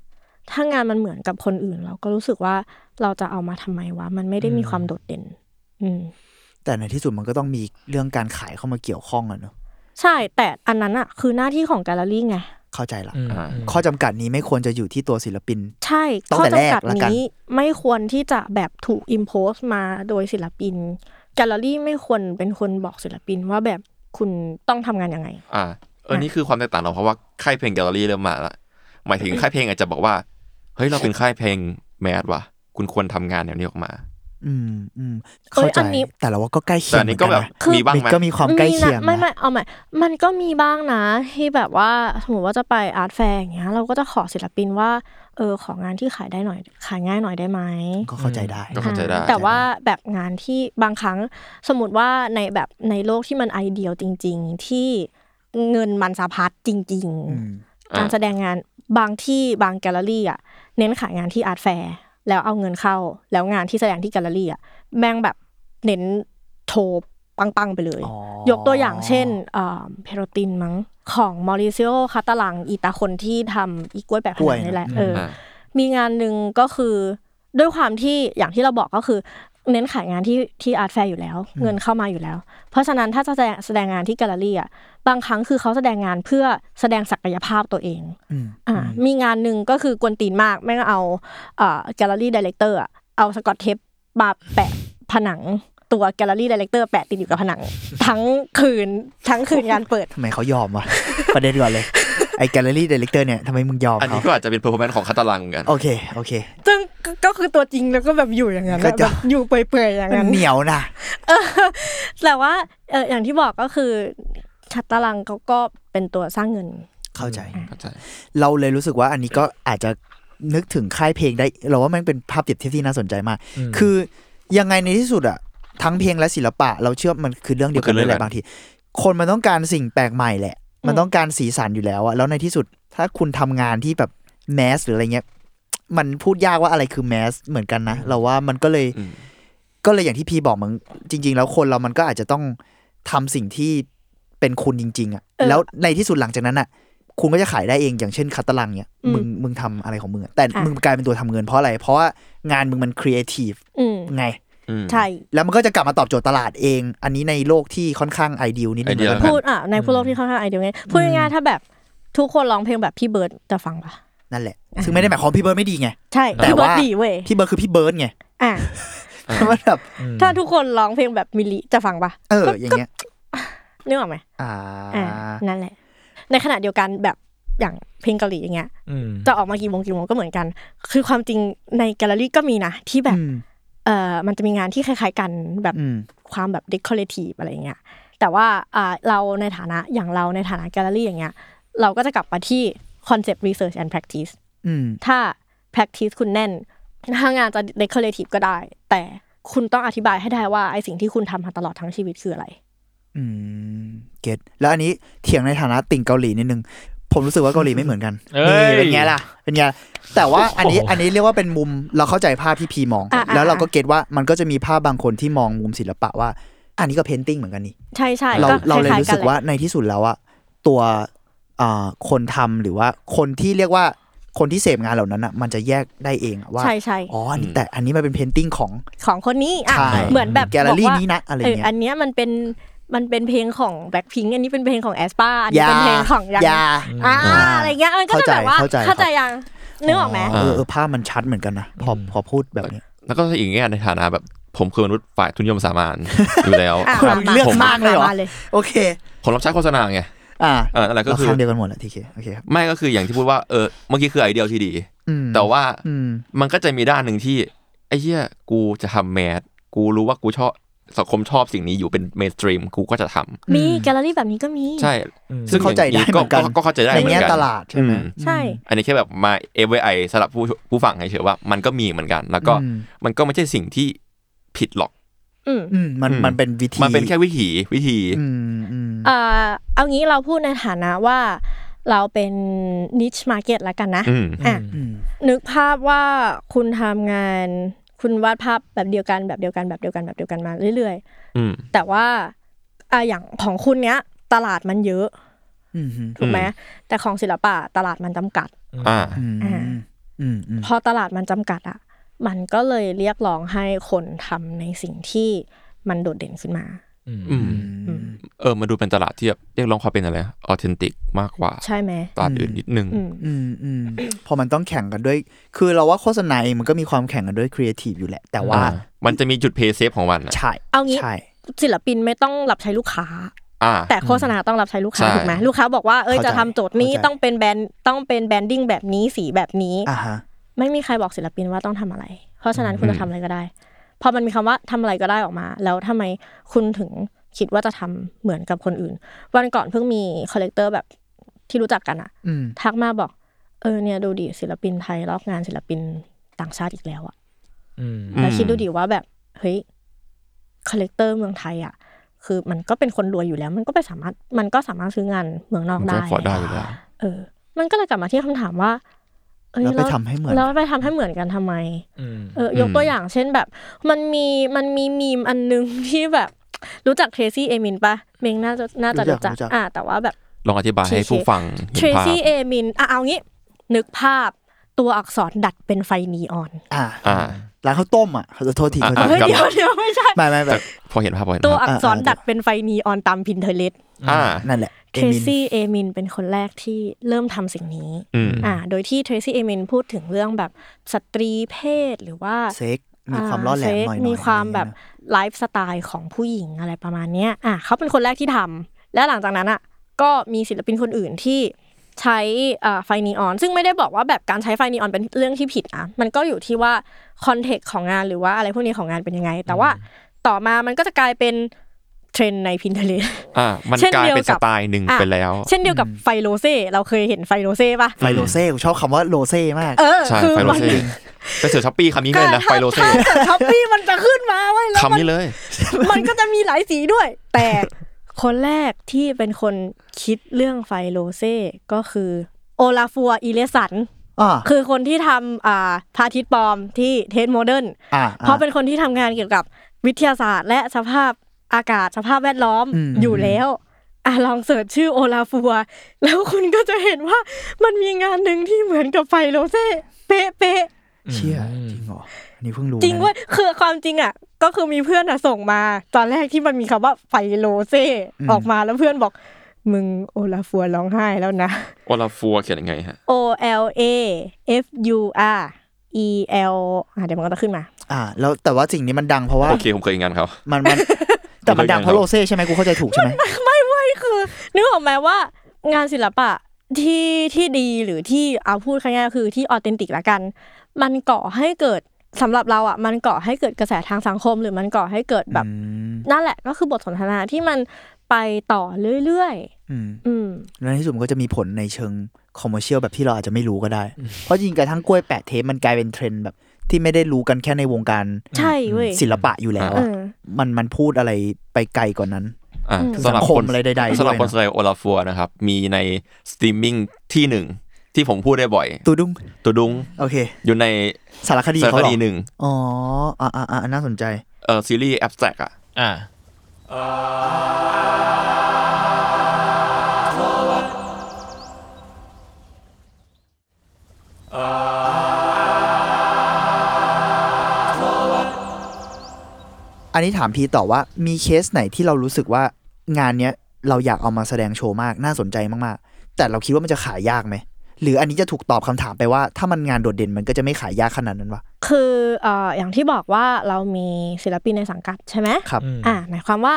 E: ถ้างานมันเหมือนกับคนอื่น เราก็รู้สึกว่าเราจะเอามาทำไมวะมันไม่ได้มีความโดดเด่น อืม
D: แต่ในที่สุดมันก็ต้องมีเรื่องการขายเข้ามาเกี่ยวข้องอะเนอะ
E: ใช่ แต่อันนั้นอะคือหน้าที่ของแกลเลอรี่ไง
D: เข้าใจละ
B: ม
C: อ่า
B: ม
D: ข้อจำกัดนี้ไม่ควรจะอยู่ที่ตัวศิลปิน
E: ใช่
D: ตั้ง
E: ข้อ
D: แต่แรก
E: จำกัด
D: ละกัน
E: นี้ไม่ควรที่จะแบบถูกอิมโพสมาโดยศิลปิน แกลเลอรี่ไม่ควรเป็นคนบอกศิลปินว่าแบบคุณต้องทำงานยังไง
C: อ่าเออนี่คือความแตกต่างเราเพราะว่าค่ายเพลงแกลเลอรี่เริ่มมาละหมายถึงค่ายเพลงอาจจะบอกว่า เฮ้ยเราเป็นค่ายเพลงแมสว่ะ คุณควรทำงานแนวนี้ออกมา
D: อืมอืม
E: เอ้ย
D: เข้าใจ
E: อันนี้
D: แต่เราว่าก็ใกล้เคี
C: แต่
D: ยง
C: อันนี้ก็แบบ
D: เหมือน
E: คือ
C: มี
D: กั
C: บ้าน งไหม
D: นะมันก็มีความใกล้เคียง
E: นะไม่
D: นะ
E: ไม่เอาใหม่มันก็มีบ้างนะที่แบบว่าสมมติว่าจะไปอาร์ตแฟร์อย่างเงี้ยเราก็จะขอศิลปินว่าเออของานที่ขายได้หน่อย ขายง่ายหน่อยได้ไหม
D: ก็เข้าใจได้
C: ก็เข้าใจได้
E: แต่ว่าแบบงานที่บางครั้งสมมติว่าในแบบในโลกที่มันไอเดียลจริง ๆ ที่เงินมันสะพัดจริง
D: อืม
E: ๆ การแสดงงานบางที่บางแกลเลอรี่อ่ะเน้นขายงานที่อาร์ตแฟร์แล้วเอาเงินเข้า แล้วงานที่แสดงที่แกลเลอรี่อ่ะแม่งแบบเน้นโชว์ปัง ๆ ไปเลย
D: อ๋อ
E: ยกตัวอย่างเช่นเพโรตินมั้งของมอริซิโอคาตาลังอีตาคนที่ทำอีกล้วยแบบพนันนี่แหละเอออ
C: อ่า
E: มีงานหนึ่งก็คือด้วยความที่อย่างที่เราบอกก็คือ เน้นขายงานที่ที่อาร์ตแฟร์อยู่แล้ว เงินเข้ามาอยู่แล้ว เพราะฉะนั้นถ้าจะแสดงแสดงงานที่แกลเลอรี่อ่ะบางครั้งคือเขาแสดงงานเพื่อแสดงศักยภาพตัวเอง
D: อืม
E: อ่ามีงานหนึ่งก็คือกวนตีนมากแม่งเอาเอ่อแกลเลอรี่ดีเลกเตอร์เอาสกอตเทปมาแปะผนังตัวแกลเลอรี่ดีเลกเตอร์แปะติดอยู่กับผนัง ทั้งคืนทั้งคืนงานเปิด
D: ทำไมเขายอมวะ ประเด็น
C: [LAUGHS]
D: ก่อนเลย ไอ้แกลเลอรี่เดเ c กเตอร์เนี่ยทำไมมึงยอม
C: อัน
D: เขา
C: นี้ก็อาจจะเป็นเพอร์ฟอร์แมนซ์ของคาตาลังเหมือนกัน
D: โอเคโอเค
E: ซึ่งก็ก็คือตัวจริงแล้วก็แบบอยู่อย่างนั้นอะ
D: ก็จะ
E: แบบอยู่เปื่อยๆอย่าง
D: มั
E: นั้น น
D: เหนียวนะ
E: เออแต่ว่าเอออย่างที่บอกก็คือชัดตารางเขาก็เป็นตัวสร้างเงิน
D: เข้าใจ
C: เข้าใจ
D: เราเลยรู้สึกว่าอันนี้ก็อาจจะนึกถึงค่ายเพลงได้ เราว่ามันเป็นภาพเปรียบเทียบที่น่าสนใจมาก
B: อืม
D: คือยังไงในที่สุดอะทั้งเพลงและศิลปะ เราเชื่อมันคือเรื่องเดียวกัน
C: มันคือ
D: เลยแห
C: เรื่
D: ละ
C: อง
D: บางที คนมันต้องการสิ่งแปลกใหม่แหละ มัน
E: อืม
D: ต้องการสีสันอยู่แล้วอะแล้วในที่สุดถ้าคุณทำงานที่แบบแมสหรืออะไรเงี้ยมันพูดยากว่าอะไรคือแมสเหมือนกันนะเราว่ามันก็เลย
C: อืม
D: ก็เลยอย่างที่พี่บอกมึงจริง ๆ แล้วคนเรามันก็อาจจะต้องทำสิ่งที่เป็นคุณจริง ๆอะ
E: เออ
D: แล้วในที่สุดหลังจากนั้นอะคุณก็จะขายได้เองอย่างเช่นคัตตาลังเนี่ย
E: อืม
D: มึงมึงทำอะไรของมึงอะแต่
E: อ่ะ
D: มึงกลายเป็นตัวทำเงินเพราะอะไร เพราะว่างานมึงมันครีเอทีฟ
E: อืม
D: ไง
C: อืม
E: ใช่
D: แล้วมันก็จะกลับมาตอบโจทย์ตลาดเอง อันนี้ในโลกที่ค่อนข้างไอเดียนิดนึง
C: ideal
D: แล้วกั
E: พู
D: น
E: ดอ่ะในผู้โลกที่ค่อนข้างไอเดียไงพูดง่ายๆถ้าแบบทุกคนร้องเพลงแบบพี่เบิร์ดจะฟังปะ
D: นั่นแหละ ซึ่งไม่ได้หมายความว่าพี่เบิร์ดไม่ดีไง
E: ใช่
D: แต่
E: พี่เบิร์ด
D: ว่า
E: ดีเว้ย
D: พี่เบิร์ดคือพี่เบิร์ดไง
E: อ่ะ
D: [LAUGHS] มันแบบ
E: ถ้าทุกคนร้องเพลงแบบมิลลิจะฟังปะ
D: เอออย่างเงี้ย
E: นึกออกไหม
D: อ่า
E: อ่ะนั่นแหละ ในขณะเดียวกันแบบอย่างเพลงเกาหลีอย่างเงี้ย
B: อืม
E: จะออกมากี่โมงกี่โมงก็เหมือนกัน คือความจริงในแกลเลอรี่ก็มีนะที่แบบ
D: อืม
E: เออมันจะมีงานที่คล้ายๆกันแบบ
D: อืม
E: ความแบบ decorative อะไรอย่างเงี้ย แต่ว่าอ่าเราในฐานะอย่างเราในฐานะแกลเลอรี่อย่างเงี้ย เราก็จะกลับมาที่ concept research and practice
D: อืม
E: ถ้า practice คุณแน่นถ้างานจะ decorative ก็ได้ แต่คุณต้องอธิบายให้ได้ว่าไอสิ่งที่คุณทำมาตลอดทั้งชีวิตคืออะไร
D: อืมเก็ตแล้วอันนี้เถียงในฐานะติ่งเกาหลีนิดนึง ผมรู้สึกว่าเกาหลีไม่เหมือนกันนี่เป็นไงล่ะเป็นไงแต่ว่าอันนี้อันนี้เรียกว่าเป็นมุมเราเข้าใจภาพที่พีมอง
E: อ่ะอ่ะ
D: แล้วเราก็เก็ตว่ามันก็จะมีภาพบางคนที่มองมุมศิลปะว่า อันนี้ก็เพนติ้งเหมือนกันนี่
E: ใช่ใช่
D: เรา
E: ก็
D: เราเลย
E: ค
D: รู้
E: ๆ
D: สึกว่า
E: แหละ
D: ในที่สุดแล้วอะตัวอ่าคนทำหรือว่าคนที่เรียกว่าคนที่เสพงานเหล่านั้นอะมันจะแยกได้เองอะว่า
E: ใช่ใช่
D: อ๋ออันนี้แต่อันนี้มันเป็นเพนติ้งของ
E: ของคนนี้อ่ะ
D: ใช่
E: เหมือนแบบ
D: แกลเลอรี่
E: บว่า
D: นี้นะอะไรเงี้ย
E: อันเนี้ยมันเป็นมันเป็นเพลงของแบล็คพิงอันนี้เป็นเพลงของแอสปาอันนี้
D: ยา
E: เป็นเพลงของยัง
D: ยา
E: อ่าอะไรเงี้ยมันก็จะแบบว่า
D: เข้าใจ
E: เข้า
D: เข้า
E: ใจ
D: ใจ
E: ยังนึกออกไหม
D: เออเออภาพมันชัดเหมือนกันนะพอพอพูดแบบนี้
C: แล้วก็อีกแง่ในฐานะแบบผมคือมนุษย์ฝ่ายทุนนิยมสามัญ [LAUGHS] อยู่แล้ว
E: อ่ะ
D: คุณเลือก
C: ผม
D: มากเลยเหรอ
E: มาเลย
D: โอเค
C: ผมรับใช้โฆษณาไง
D: อ่า
C: เออนั่นแหละก็
D: เรา
C: คือ
D: ข้ามเดียวกันหมดแหละทีเคโอเคครับ
C: ไม่ก็คืออย่างที่พูดว่าเออเมื่อกี้คือไอเดียที่ดี
D: อืม
C: แต่ว่า
D: อืม
C: มันก็จะมีด้านหนึ่งที่ ไอ้เหี้ยกูจะทำแมสกูรู้ว่ากูชอบสังคมชอบสิ่งนี้อยู่เป็นเมนสตรีมกูก็จะทำ
E: มีแกลเลอรี่แบบนี้ก็มี
C: ใช่
B: อืม
C: ซึ่ง
D: เข้าใจได้
C: อย่ง
D: เหมือนกัน
C: ก็เข้าใจได้
D: ใน
C: เหมือ
D: แง่
C: นกัน
D: ตลาดใช่ไหม
C: อื
E: ใช่
C: อันนี้แค่แบบมา f y i สำหรับผู้ผู้ฟังเฉยๆว่ามันก็มีเหมือนกัน แล้วก็
D: อืม
C: มันก็ไม่ใช่สิ่งที่ผิดหรอก
E: อืม
D: อืมมัน
C: อืม
D: มันเป็นวิธี
C: มันเป็นแค่วิถีวิธี
D: อืมอืม
E: เอ่อเอางี้เราพูดในฐานะว่าเราเป็นนิชมาร์เก็ตแล้วกันนะ
C: อืม
E: อ่ะ
D: อืม
E: นึกภาพว่าคุณทำงาน คุณวาดภาพแบบเดียวกันแบบเดียวกันแบบเดียวกันแบบเดียวกันมาเรื่อย
C: อืม
E: ๆ แต่ว่าอ่ะอย่างของคุณเนี้ยตลาดมันเยอะ
D: อืม
E: ถูกไหม
C: อืม
E: แต่ของศิลปะตลาดมันจำกัด
C: อ่า
D: อืมอืมอืมอืม
E: พอตลาดมันจำกัดอ่ะ มันก็เลยเรียกร้องให้คนทำในสิ่งที่มันโดดเด่นขึ้นมา
B: อืม
C: อืม
E: อืม
C: เออมาดูเป็นตลาดที่แบบเรียกร้องความเป็นอะไรออเทนติกมากกว่า
E: ใช่ไหม
C: ตลาดอื่นนิดนึง
E: อืม
D: อืมอืมพอมันต้องแข่งกันด้วย คือเราว่าโฆษณาเองมันก็มีความแข่งกันด้วยครีเอทีฟอยู่แหละ แต่ว่า
C: อ่ามันจะมีจุดเพย์เซฟของมันอะ
D: ใช่
E: เอางี้
D: ใช่
E: ศิลปินไม่ต้องรับใช้ลูกค้า
C: อ่า
E: แต่โฆษณาต้องรับใช้ลูกค้า
C: ใช่
E: ถูกไหมลูกค้าบอกว่าเอ้ย
D: เข้าใจ
E: จะทำโจทย์นี้
D: เข้าใจ
E: ต้องเป็นแบรนด์ต้องเป็นแบรนดิ้งแบบนี้สีแบบนี้
D: อ่าฮะ
E: ไม่มีใครบอกศิลปินว่าต้องทำอะไร เพราะฉะนั้นคุณจะทำอะไรก็ได้ พอมันมีคำว่าทำอะไรก็ได้ออกมา แล้วทำไมคุณถึงคิดว่าจะทำเหมือนกับคนอื่น วันก่อนเพิ่งมีคอลเลกเตอร์แบบที่รู้จักกันอะ
D: อืม
E: ทักมาบอก เออเนี่ยดูดิศิลปินไทยลอกงานศิลปินต่างชาติอีกแล้วอะ
B: อืม
C: อืม
E: แล้วคิดดูดิว่าแบบเฮ้ยคอลเลกเตอร์เมืองไทยอะคือมันก็เป็นคนรวยอยู่แล้ว มันก็ไปสามารถมันก็สามารถซื้องานเมืองนอก
C: มันก็
E: ได้
C: ฟอร์ดได้อยู่แล้ว
E: เออ มันก็เลยกลับมาที่คำถามว่า เอ้ย
D: แล้วไปทำให้เหมือน
E: แล้วไปทำให้เหมือนกันทำไม
B: อืม
E: เออยกตัวอย่างเช่นแบบ มันมีมันมีมีมอันนึง ที่แบบ รู้จักเทรซี่เอมินปะเมงน่าจะน่าจะ
D: รู้
E: รู้
D: จั
E: จั
D: ก
E: ก
D: รู้จัก
E: อ่าแต่ว่าแบบ
C: ลองอธิบายให้
E: โอเค
C: ผู้ฟัง
E: เท
C: เห็น
E: ร
C: ภาพ
E: ซี่เอมินอ่ะเอางี้ นึกภาพตัวอักษรดัดเป็นไฟนีออน
D: อ่า
C: อ่า
D: ร้านข้าวต้มอ่ะขอโทษที
C: อ่ะ
D: ขอ
C: อ่ะ
D: โทษ
C: ครับ
D: ที
E: เฮ้ยเดี๋ยวเดี๋ยวไม่ใช่
D: ไม่ไม่แบ
C: แต่
D: บ
C: พอเห็นภาพพอเห็น
E: ตัว
C: ภาพ
E: อักษร
D: อ่า
E: ดัดเป็นไฟนีออนตามพินเทเลส
C: อ่า
D: นั่นแหละ
E: เท
D: เอ
E: ร
D: มิน
E: ซี่เอมินเป็นคนแรกที่เริ่มทำสิ่งนี้
C: อืม
E: อ่า โดยที่เทรซี่เอมินพูดถึงเรื่องแบบสตรีเพศหรือว่า
D: เซ็กมีความล่อแหลมหน่อย
E: เซ็
D: ๆ
E: กมีความแบบ
D: อะไรอย่งเงี้ยนะ
E: ไลฟ์สไตล์ของผู้หญิงอะไรประมาณเนี้ยอ่ะเขาเป็นคนแรกที่ทำและหลังจากนั้นอ่ะก็มีศิลปินคนอื่นที่ใช้เอ่อไฟนีออน ซึ่งไม่ได้บอกว่าแบบการใช้ไฟนีออนเป็นเรื่องที่ผิดนะมันก็อยู่ที่ว่าคอนเทกต์ของงานหรือว่าอะไรพวกนี้ของงานเป็นยังไง แต่ว่าต่อมามันก็จะกลายเป็นเทรนด์ในพินเทเล
C: อ่า มัน
E: เช่น
C: กลาย
E: เดียว
C: เป็น
E: กั
C: ส
E: บ
C: ไตล์หนึ่ง
E: อ่ะ
C: ไปแล้ว
E: เช่นเดียวกับไฟโรเซ่เราเคยเห็นไฟโรเซ่ปะ
D: ไฟโรเซ่กูชอบคำว่าโรเซ่มาก
E: เออ
C: ใช่
E: คือ
C: ไฟโร
E: มัน
C: เซ่ไปเสือช้อปปี้คำนี้เลยนะ ไฟโรเซ่
E: ท็อปปี้มันจะขึ้นมาเว้ยแล้วมัน
C: คำนี้เลย
E: มันก็จะมีหลายสีด้วย แต่คนแรกที่เป็นคนคิดเรื่องไฟโลเซ่ก็คือโอลาฟัวอีเลสัน
D: อ่า
E: คือคนที่ทำอ่าพาทิตปลอมที่เทสโมเดิร์น
D: อ่า
E: เพราะเป็นคนที่ทำงานเกี่ยวกับวิทยาศาสตร์ และสภาพอากาศสภาพแวดล้อมอยู่แล้วอ่ะลองเสิร์ชชื่อโอลาฟัว แล้วคุณก็จะเห็นว่ามันมีงานหนึ่งที่เหมือนกับไฟโลเซ่เป๊ะๆ
D: เชี่ยจริงเหรออันนี้เพิ่งรู้
E: จริง
D: นะ
E: เว้ยคือความจริงอ่ะ ก็คือมีเพื่อนอ่ะส่งมา ตอนแรกที่มันมีคำว่าไฟโลเซออกมาแล้วเพื่อนบอก มึงโอลาฟัวร้องไห้แล้วนะ
C: โอลาฟัวเขียนยังไงฮะ
E: O L A F U R E L อ่ะเดี๋ยวมันก็จะขึ้นมา
D: อ่า แล้วแต่ว่าสิ่งนี้มันดังเพราะว่า
C: โอเค ผมเคยเห็นงานเขา
D: มันมัน [LAUGHS] แต่มันดังเพราะโรเซ่ใช่ไหมกูเข้าใจถูกใช่ไหม
E: ไม่เว้ยคือนึกออกไหมว่างานศิลปะที่ที่ดีหรือที่เอาพูดง่ายๆคือที่ออเทนติกละกัน มันก่อให้เกิดสำหรับเราอ่ะมันก่อให้เกิดกระแสทางสังคม หรือมันก่อให้เกิดแบบ นั่นแหละก็คือบทสนทนาที่มันไปต่อเรื่อย
D: อืม
E: ๆ อืม
D: แล้วในที่สุดมันก็จะมีผลในเชิงคอมเมอร์เชียลแบบที่เราอาจจะไม่รู้ก็ได้ เพราะจริงกระทั่งกล้วยแปะเทปมันกลายเป็นเทรนด์แบบที่ไม่ได้รู้กันแค่ในวงการ
E: ใช่เว้ย
D: ศิลปะอยู่แล้ว
E: เอ
D: อะ
E: อ
D: มันมันพูดอะไรไปไกลกว่านั้น
C: อ่า
E: อืม
C: สำหรับ
D: สังค
C: ค
D: ม
C: น
D: อะไรใดๆด้วยนะ
C: สำหรับคนสไตล์โอลาฟัวนะครับ มีในสตรีมมิ่งที่หนึ่งที่ผมพูดได้บ่อย
D: ตูดุ้ง
C: ตัวดุ้ง
D: โอเค
C: อยู่ใน
D: สารคดี
C: สาร
D: เขา
C: ค
D: เหรอ
C: ดีหนึ่ง
D: อ๋ออ่าอ่าอ่าน่าสนใจ
C: เอ่อซีรีส์แอ s แ r a กอะ
B: อ่า
D: อันนี้ถามพีต่อว่ามีเคสไหนที่เรารู้สึกว่างานเนี้ยเราอยากเอามาแสดงโชว์มากน่าสนใจมากๆ แต่เราคิดว่ามันจะขายยากไหมหรืออันนี้จะถูกตอบคำถามไปว่า ถ้ามันงานโดดเด่นมันก็จะไม่ขายยากขนาดนั้นวะ
E: คือเอ่ออย่างที่บอกว่าเรามีศิลปินในสังกัดใช่ไหม
D: ครับ
E: อ่าหมายความว่า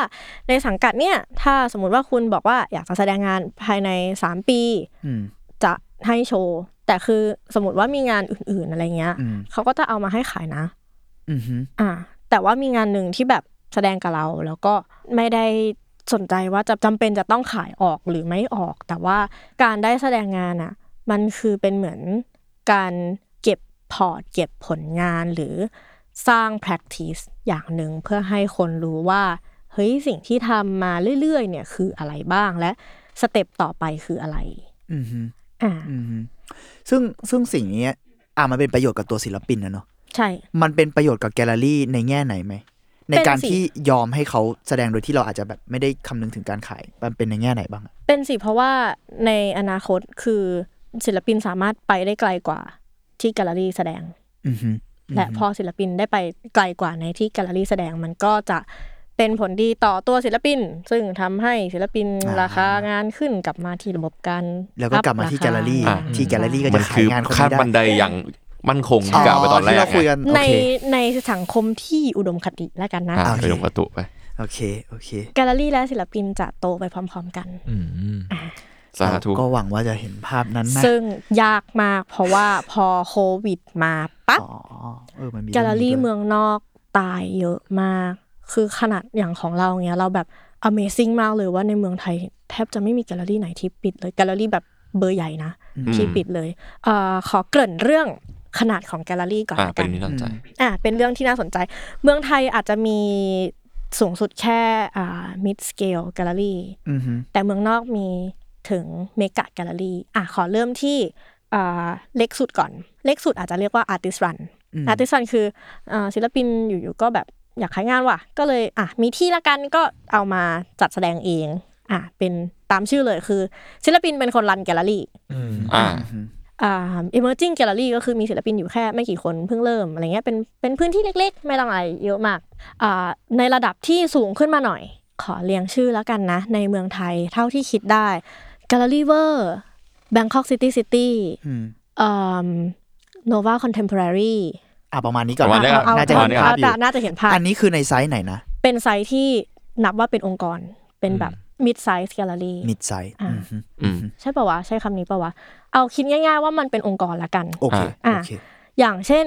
E: ในสังกัดเนี่ย ถ้าสมมติว่าคุณบอกว่าอยากจะแสดงงานภายใน 3 ปี
D: อืม
E: จะให้โชว์ แต่คือสมมติว่ามีงานอื่นๆอะไรเงี้ย
D: อืม
E: เขาก็จะเอามาให้ขายนะ
D: อือหือ
E: อ่าแต่ว่ามีงานหนึ่งที่แบบแสดงกับเรา แล้วก็ไม่ได้สนใจว่าจะจำเป็นจะต้องขายออกหรือไม่ออก แต่ว่าการได้แสดงงานอ่ะ มันคือเป็นเหมือนการเก็บพอร์ตเก็บผลงานหรือสร้าง practice อย่างหนึ่งเพื่อให้คนรู้ว่า เฮ้ยสิ่งที่ทำมาเรื่อยๆเนี่ยคืออะไรบ้างและสเต็ปต่อไปคืออะไร
D: อือหือ
E: อ่า
D: อือหือ ซึ่งซึ่งสิ่งเนี้ยอ่ะมันเป็นประโยชน์กับตัวศิลปินนะเนาะ
E: ใช่
D: มันเป็นประโยชน์กับแกลเลอรี่ในแง่ไหนไหม ใน
E: เป็นสิ
D: การที่ยอมให้เขาแสดงโดยที่เราอาจจะแบบไม่ได้คำนึงถึงการขาย มันเป็นในแง่ไหนบ้างอะ
E: เป็นสิเพราะว่าในอนาคตคือศิลปินสามารถไปได้ไกลกว่าที่แกลเลอรี่แสดง
D: อือหือ
E: และ
D: อืม
E: พอศิลปินได้ไปไกลกว่าในที่แกลเลอรี่แสดงมันก็จะเป็นผลดีต่อตัวศิลปิน ซึ่งทำให้ศิลปินราคางานขึ้นกลับมาที่ระบบการ
D: แล้วก็กลับมา
E: อัพ
D: ที่แกลเลอรี่
E: าคา
C: อ่า
D: ที่แกลเลอรี่ก็
C: มั
D: จะ
C: น
D: ขา
C: คือง
D: ยานคน
C: ขั้น
D: นี้ได้
C: บันไดอย่างมั่นคงที่กล่าวไปตอนแร
D: ที่
C: ก
D: เราคุยกันโอ
E: ใน
D: เค
E: ในสังคมที่อุดมคติแล้วกันนะ
C: อ่ะ
D: โอเค
C: ไปลงประตูไป
D: โอเค โอเค
E: แกลเลอรี่และศิลปินจะโตไปพร้อม ๆ กัน
B: อืม
C: สาธุ
D: ก็หวังว่าจะเห็นภาพนั้นนะ
E: ซึ่งยากมากเพราะว่าพอโควิดมาปั๊บ
D: อ๋อเออมันมี
E: แกลเลอรี่
D: ด้วย
E: เมืองนอกตายเยอะมาก คือขนาดอย่างของเราเนี้ยเราแบบ Amazing มากเลยว่าในเมืองไทย แทบจะไม่มีแกลเลอรี่ไหนที่ปิดเลย แกลเลอรี่แบบเบอร์ใหญ่นะที่ปิดเลยเอ่อขอเกริ่นเรื่องขนาดของแกลเลอรี่ก่อน
C: อ่ะ
E: ละ
C: เป็
E: กัน น
C: ที่น่าสนใจ
E: อ่ะเป็นเรื่องที่น่าสนใจ เมืองไทยอาจจะมีสูงสุดแค่อ่า mid scale แกลเลอรี่
D: อือหือ
E: แต่เมืองนอกมีถึงเมกะแกลเลอรี่อ่ะขอเริ่มที่อ่าเล็กสุดก่อน เล็กสุดอาจจะเรียกว่าอาร์ติสรัน
D: อืม
E: อาร์ติสรันคืออ่าศิลปินอยู่ๆก็แบบอยากขายงานว่ะ ก็เลยอ่ะมีที่ละกันก็เอามาจัดแสดงเองอ่ะเป็นตามชื่อเลยคือ ศิลปินเป็นคนรันแกลเลอรี่
B: อืม
C: อ่า
E: อ่า emerging gallery ก็คือมีศิลปินอยู่แค่ไม่กี่คนเพิ่งเริ่มอะไรเงี้ยเป็นเป็นพื้นที่เล็กๆ ไม่ต้องอะไรเยอะมากอ่าในระดับที่สูงขึ้นมาหน่อย ขอเรียงชื่อแล้วกันนะ ในเมืองไทยเท่าที่คิดได้ Gallery v e r Bangkok City City
D: อืม
E: เอ่อ Nova Contemporary
D: อ่ะประมาณนี้ก่อน
C: ประมาณนี้ก่
E: เอา
C: อน
E: เอา
D: น่าจะเห็
C: ป
D: น
C: ระมาณ
D: ภาพอยู่
E: เอาน่าจะเห็นภาพ
D: อันนี้คือในไซส์ไหนนะ
E: เป็นไซต์ที่นับว่าเป็นองค์กรเป็นแบบ mid size gallery
D: มิดไซส์
E: อ่ะ
D: อือหือ
C: อืม
E: ใช่ปะวะ ใช้คำนี้ปะวะ เอาคิดง่าย ๆ ว่ามันเป็นองค์กรละกัน
D: โอเค
E: อ่ะ
D: โอเค
E: อย่างเช่น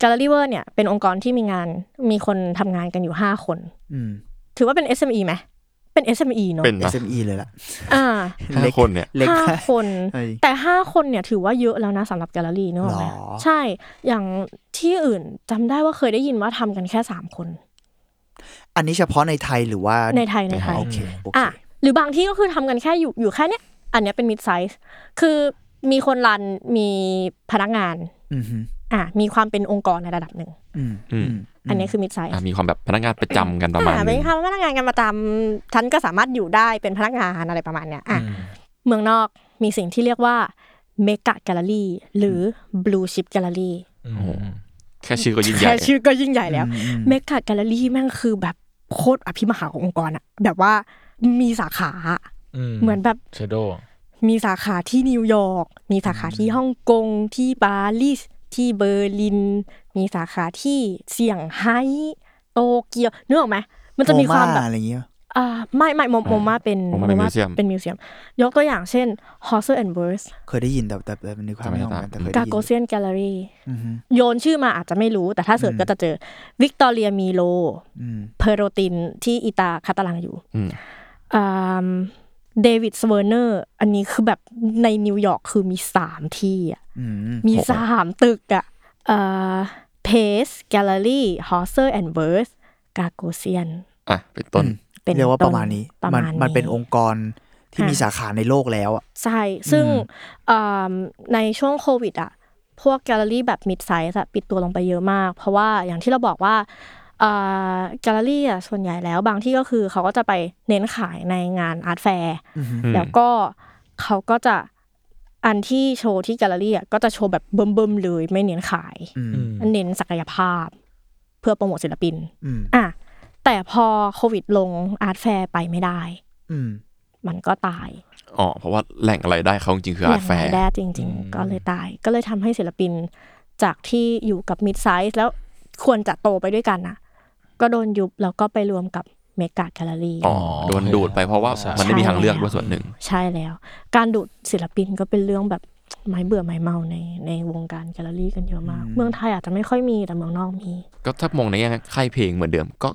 E: Gallery w o r เนี่ยเป็นองค์กรที่มีงานมีคนทำงานกันอยู่ 5 คน
D: อืม
E: ถือว่าเป็น SME ไหมเป็น SME เนอะ
C: เป็นปะ
D: SME เลยล่ะ
E: อ่า
C: ห้าคนเนี่ย
D: เล็ก
E: ห้า
D: มา
E: คน
D: เอ้ย
E: แต่ 5 คนเนี่ยถือว่าเยอะแล้วนะสำหรับแกลเลอรี่นึกออกไหม
D: หรอ
E: ใช่ อย่างที่อื่นจำได้ว่าเคยได้ยินว่าทำกันแค่ 3 คน
D: อันนี้เฉพาะในไทยหรือว่า
E: ในไทยในไทย
D: โอเคโอเค
E: อ่ะหรือบางที่ก็คือทำกันแค่อยู่อยู่แค่เนี้ยอันเนี้ยเป็น mid size คือมีคนรันมีพนักงาน
D: อืมฮึ
E: อ่ะมีความเป็นองค์กรในระดับหนึ่ง
D: อืม
C: อืม
D: ม
E: อันเนี้ยคือ mid size
C: อ่ะมีความแบบพนักงานประจำกันประมาณ
E: อ่
C: นึ
E: เป็น
C: ง
E: คำพนักงานกันประจำฉันก็สามารถอยู่ได้เป็นพนักงานอะไรประมาณเนี้ยอ่ะ
B: อืม
E: เมืองนอกมีสิ่งที่เรียกว่าเมกะแกลเลอรี่หรือ blue chip gallery
B: อืม
C: แค่ชื่อก็ยิ่งใหญ่
E: แค่ชื่อก็ยิ่งใหญ่แล้ว
D: อืม
E: เมกะแกลเลอรี่แม่งคือแบบโคตรอภิมหาขององค์กรอะแบบว่ามีสาขาอะเหมือนแบบ
B: เชโด
E: มีสาขาที่นิวยอร์ก มีสาขาที่ฮ่องกง ที่ปารีส ที่เบอร์ลิน มีสาขาที่เซี่ยงไฮ้ โตเกียวนึกออกไหม มันจะมีความแบบ
D: โอะไรเงี้ย
E: อ่า ไม่ไม่โมโมมาเป็น
C: โมมาเป็นมิวเซียม
E: เป็นมิวเซียม ยกตัวอย่างเช่น h o r s e and b u r s
D: เคยได้ยินแต่แต่แต่นึกภาพไม่ออกเหมือนกันแต่เคยได้
E: g a
D: ยิ
E: g o
D: น
E: s i a n Gallery
D: อืมฮึ
E: โยนชื่อมาอาจจะไม่รู้ แต่ถ้าเสิร์ชก็จะเจอ Victoria Milo
D: อืม
E: p e r o t i n ที่อิตาคาตาลังอยู่
C: อืม
E: เดวิดสเวอร์เนอร์ อันนี้คือแบบในนิวยอร์กคือมีสามที่อะ
D: อืม
E: มี
C: โอ้โห
E: สามตึกอะเอ่อเพสแกลเลอรี่ฮอสเซอร์แอนด์เบิร์สกาโกเซียน
C: อ่ะเป็นต้น
E: เป็น
D: เรียกว่า
E: ต้
D: ประมาณนี้
E: ประ
D: มั
E: มาณ
D: น
E: นี้
D: มันเป็นองค์กรที่
E: ค่ะ
D: มีสาขาในโลกแล้วอ่ะ
E: ใช่ ซึ่ง
D: อืม
E: เอิ่มในช่วงโควิดอะพวกแกลเลอรี่แบบมิดไซส์ปิดตัวลงไปเยอะมาก เพราะว่าอย่างที่เราบอกว่าเอ่อแกลเลอรี่อะส่วนใหญ่แล้วบางที่ก็คือเขาก็จะไปเน้นขายในงานอาร์ตแฟร์ แล้วก็เขาก็จะอันที่โชว์ที่แกลเลอรี่อะก็จะโชว์แบบเบิ่มๆเลยไม่เน้นขาย
D: อืม
E: เน้นศักยภาพ เพื่อโปรโมทศิลปิน
D: อืม
E: อ่ะ แต่พอโควิดลงอาร์ตแฟร์ไปไม่ได้
D: อืม
E: มันก็ตาย
C: อ๋อ เพราะว่าแหล่งอะไรได้เขาจริงๆคืออาร์ตแฟ
E: ย่าง
C: ร์
E: ไรได้จริง ๆ ก็เลยตาย ก็เลยทำให้ศิลปินจากที่อยู่กับมิดไซส์แล้วควรจะโตไปด้วยกันนะก็โดนยุบแล้วก็ไปรวมกับเมกาแกลเลอรี่
C: อ๋อ โดนดูดไปเพราะว่ามันไม่มีทางเลือกด้วยส่วนหนึ่ง
E: ใช่แล้ว การดูดศิลปินก็เป็นเรื่องแบบ ไม้เบื่อไม้เมาในในวงการแกลเลอรี่กันเยอะมาก เมืองไทยอาจจะไม่ค่อยมีแต่เมืองนอกมี
C: ก็ถ้ามองในแง่ค่ายเพลงเหมือนเดิมก็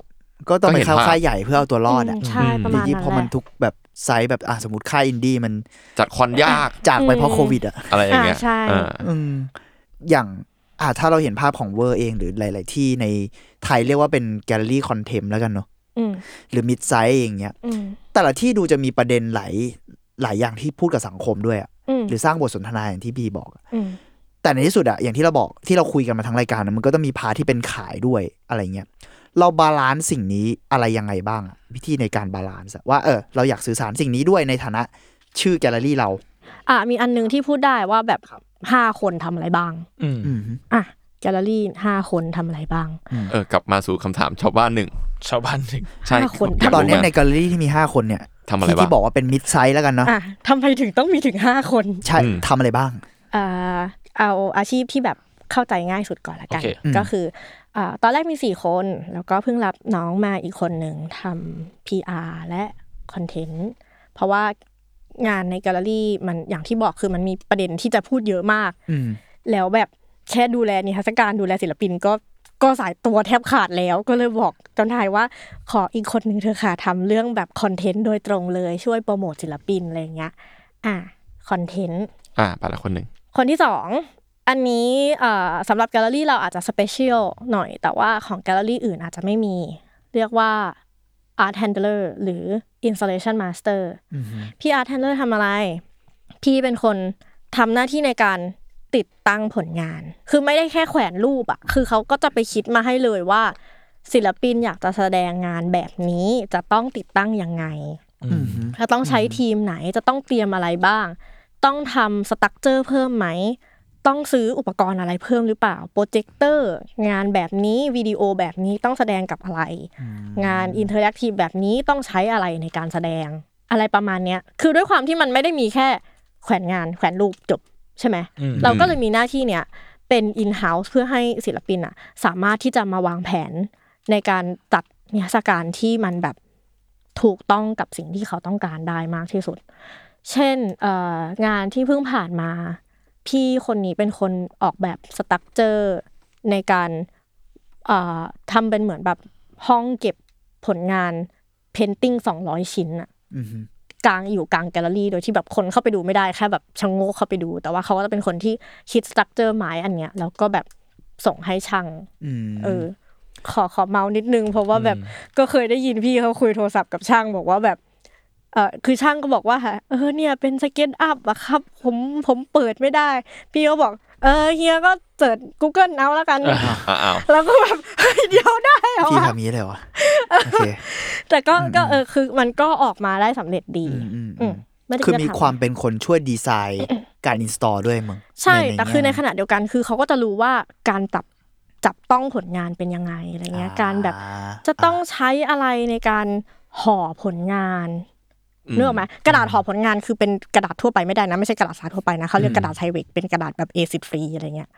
D: ก็ต้อง
C: ก็
D: ไป
C: เห็น
D: เข้า
C: ภาพ
D: ค่ายใหญ่เพื่อเอาตัวรอดอ่ะ
E: มใช่
C: อืม
E: ประ
D: ที
E: มาณ
D: นี้
E: นั้น
D: พอมัน
E: แหละ
D: ทุกแบบไซส์แบบอ่ะสมมติค่ายอินดี้มัน
C: จัดคอน
E: [LAUGHS]
C: ยาก
D: จากไปเพราะ
E: อืม
D: โควิดอ่ะ
C: อะไรอย่างเงี้ย
E: อ่าใช่
C: เออ
D: อืมอย่างอ่าถ้าเราเห็นภาพของเวอร์เองหรือหลาย ๆ ที่ในไทยเรียกว่าเป็นแกลเลอรี่คอนเทมแล้วกันเนาะ
E: อืม
D: หรือมิดไซส์อย่างเงี้ย
E: อืม
D: แต่ละที่ดูจะมีประเด็นหลายหลายอย่างที่พูดกับสังคมด้วยอะ
E: อืม
D: หรือสร้างบทสนทนาอย่างที่บีบอกอะ
E: อืม
D: แต่ในที่สุดอะอย่างที่เราบอกที่เราคุยกันมาทั้งรายการนะมันก็ต้องมีพาร์ทที่เป็นขายด้วยอะไรเงี้ยเราบาลานซ์สิ่งนี้อะไรยังไงบ้างอะวิธีในการบาลานซ์อะว่าเออเราอยากสื่อสารสิ่งนี้ด้วยในฐานะชื่อแกลเลอรี่เรา
E: อ่ะมีอันหนึงที่พูดได้ว่าแบบห้าคนทำอะไรบ้าง
B: อืม
D: อืม
E: อ่ะแกลเลอรี่ห้าคนทำอะไรบ้าง
C: เออกลับมาสู่คำถามชาวบ้านหนึ่ง
B: ชาวบ้านถึง
C: ใช่
E: ห้าคน
C: ยากรู้
D: ตอนเนี้ย
C: ไง
D: ในแกลเลอรี่ที่มี 5 คนเนี่ย
C: ทำอะไรบ้าง
D: ที่ที่บอกว่าเป็นมิดไซส์แล้วกันเนาะ
E: อ่ะทำไมถึงต้องมีถึงห้าคน
D: ใช่
C: อืม
D: ทำอะไรบ้าง
E: อ่าเอาอาชีพที่แบบเข้าใจง่ายสุดก่อนละกัน
B: โอเค
D: อืม
E: ก็คืออ่าตอนแรกมีสี่คนแล้วก็เพิ่งรับน้องมาอีกคนหนึ่งทำ PR และคอนเทนต์เพราะว่างานในแกลเลอรี่มันอย่างที่บอกคือมันมีประเด็นที่จะพูดเยอะมาก
D: อืม
E: แล้วแบบแค่ดูแลนิทรรศการดูแลศิลปินก็ก็สายตัวแทบขาดแล้ว ก็เลยบอกเจ้านายว่าขออีกคนหนึ่งเธอะค่ะทำเรื่องแบบคอนเทนต์โดยตรงเลยช่วยโปรโมทศิลปินอะไรอย่างเงี้ยอ่ะคอนเทนต์
C: อ่าไปละคนหนึ่ง
E: คนที่สองอันนี้เอ่อสำหรับแกลเลอรี่เราอาจจะสเปเชียลหน่อย แต่ว่าของแกลเลอรี่อื่นอาจจะไม่มี เรียกว่า Art Handler หรือ Installation Master พี่ Art Handler ทำอะไร พี่เป็นคนทำหน้าที่ในการติดตั้งผลงาน คือไม่ได้แค่แขวนรูปอะคือเขาก็จะไปคิดมาให้เลยว่า ศิลปินอยากจะแสดงงานแบบนี้จะต้องติดตั้งยังไง
B: อืม
E: จะต้องใช้ทีมไหนจะต้องเตรียมอะไรบ้าง ต้องทำสตั๊กเจอร์เพิ่มไหม ต้องซื้ออุปกรณ์อะไรเพิ่มหรือเปล่า โปรเจคเตอร์งานแบบนี้วิดีโอแบบนี้ต้องแสดงกับอะไร งานอินเทอร์แอคทีฟแบบนี้ต้องใช้อะไรในการแสดงอะไรประมาณเนี้ยคือด้วยความที่มันไม่ได้มีแค่แขวนงานแขวนรูปจบใช่ไหม
B: อืม
E: เราก็เลยมีหน้าที่เนี่ยเป็น in house เพื่อให้ศิลปินอะสามารถที่จะมาวางแผนในการจัดนิทรรศการที่มันแบบถูกต้องกับสิ่งที่เขาต้องการได้มากที่สุด เช่นเอ่องานที่เพิ่งผ่านมา พี่คนนี้เป็นคนออกแบบสตั๊กเจอร์ในการเอ่อทำเป็นเหมือนแบบห้องเก็บผลงานเพนติ้งสองร้อยชิ้นอะ
D: อืม
E: กลางอยู่กลางแกลเลอรี่โดยที่แบบคนเข้าไปดูไม่ได้แค่แบบชะโงกเข้าไปดู แต่ว่าเขาก็จะเป็นคนที่คิดสตรัคเจอร์ไม้อันเนี้ยแล้วก็แบบส่งให้ช่าง
D: อืม
E: เออ ขอขอเมาส์นิดนึง เพราะว่าแบบก็เคยได้ยินพี่เขาคุยโทรศัพท์กับช่างบอกว่าแบบเออคือช่างก็บอกว่าเออเนี่ยเป็นสเก็ตอัพอะครับ ผมผมเปิดไม่ได้ พี่ก็บอก เออเฮียก็เจิด Google เอาแล้วกัน
B: อ่า
C: อ่าอ้าว
E: แล้วก็แบบ [LAUGHS] เฮ้ยเดียวได้เหรอ
D: พี่
E: วะ
D: ทำงี้เลยเหรอโอเค
E: แต่ก็ก็
D: อืม
E: เออคือมันก็ออกมาได้สำเร็จดี
D: อืมอืม
E: อื
D: อื
E: ม
D: ม
E: ไได้
D: คือมี
E: จะถ
D: ความเป็นคนช่วยดีไซน์การอินสตอลด้วยมึง
E: ใช่ แต่คือในข
D: แง่
E: ณะเดียวกันคือเขาก็จะรู้ว่าการจับจับต้องผลงานเป็นยังไงอะไรเงี้ย
D: อ่า
E: การแบบจะต้องใช้อะไรในการห่อผลงานเนื้ออกไหมกระดาษห่อผลงานคือเป็นกระดาษทั่วไปไม่ได้นะไม่ใช่กระดาษสาทั่วไปนะเขาเรียกกระดาษไทเวกเป็นกระดาษแบบ A10 ฟรีอะไรเงี้ย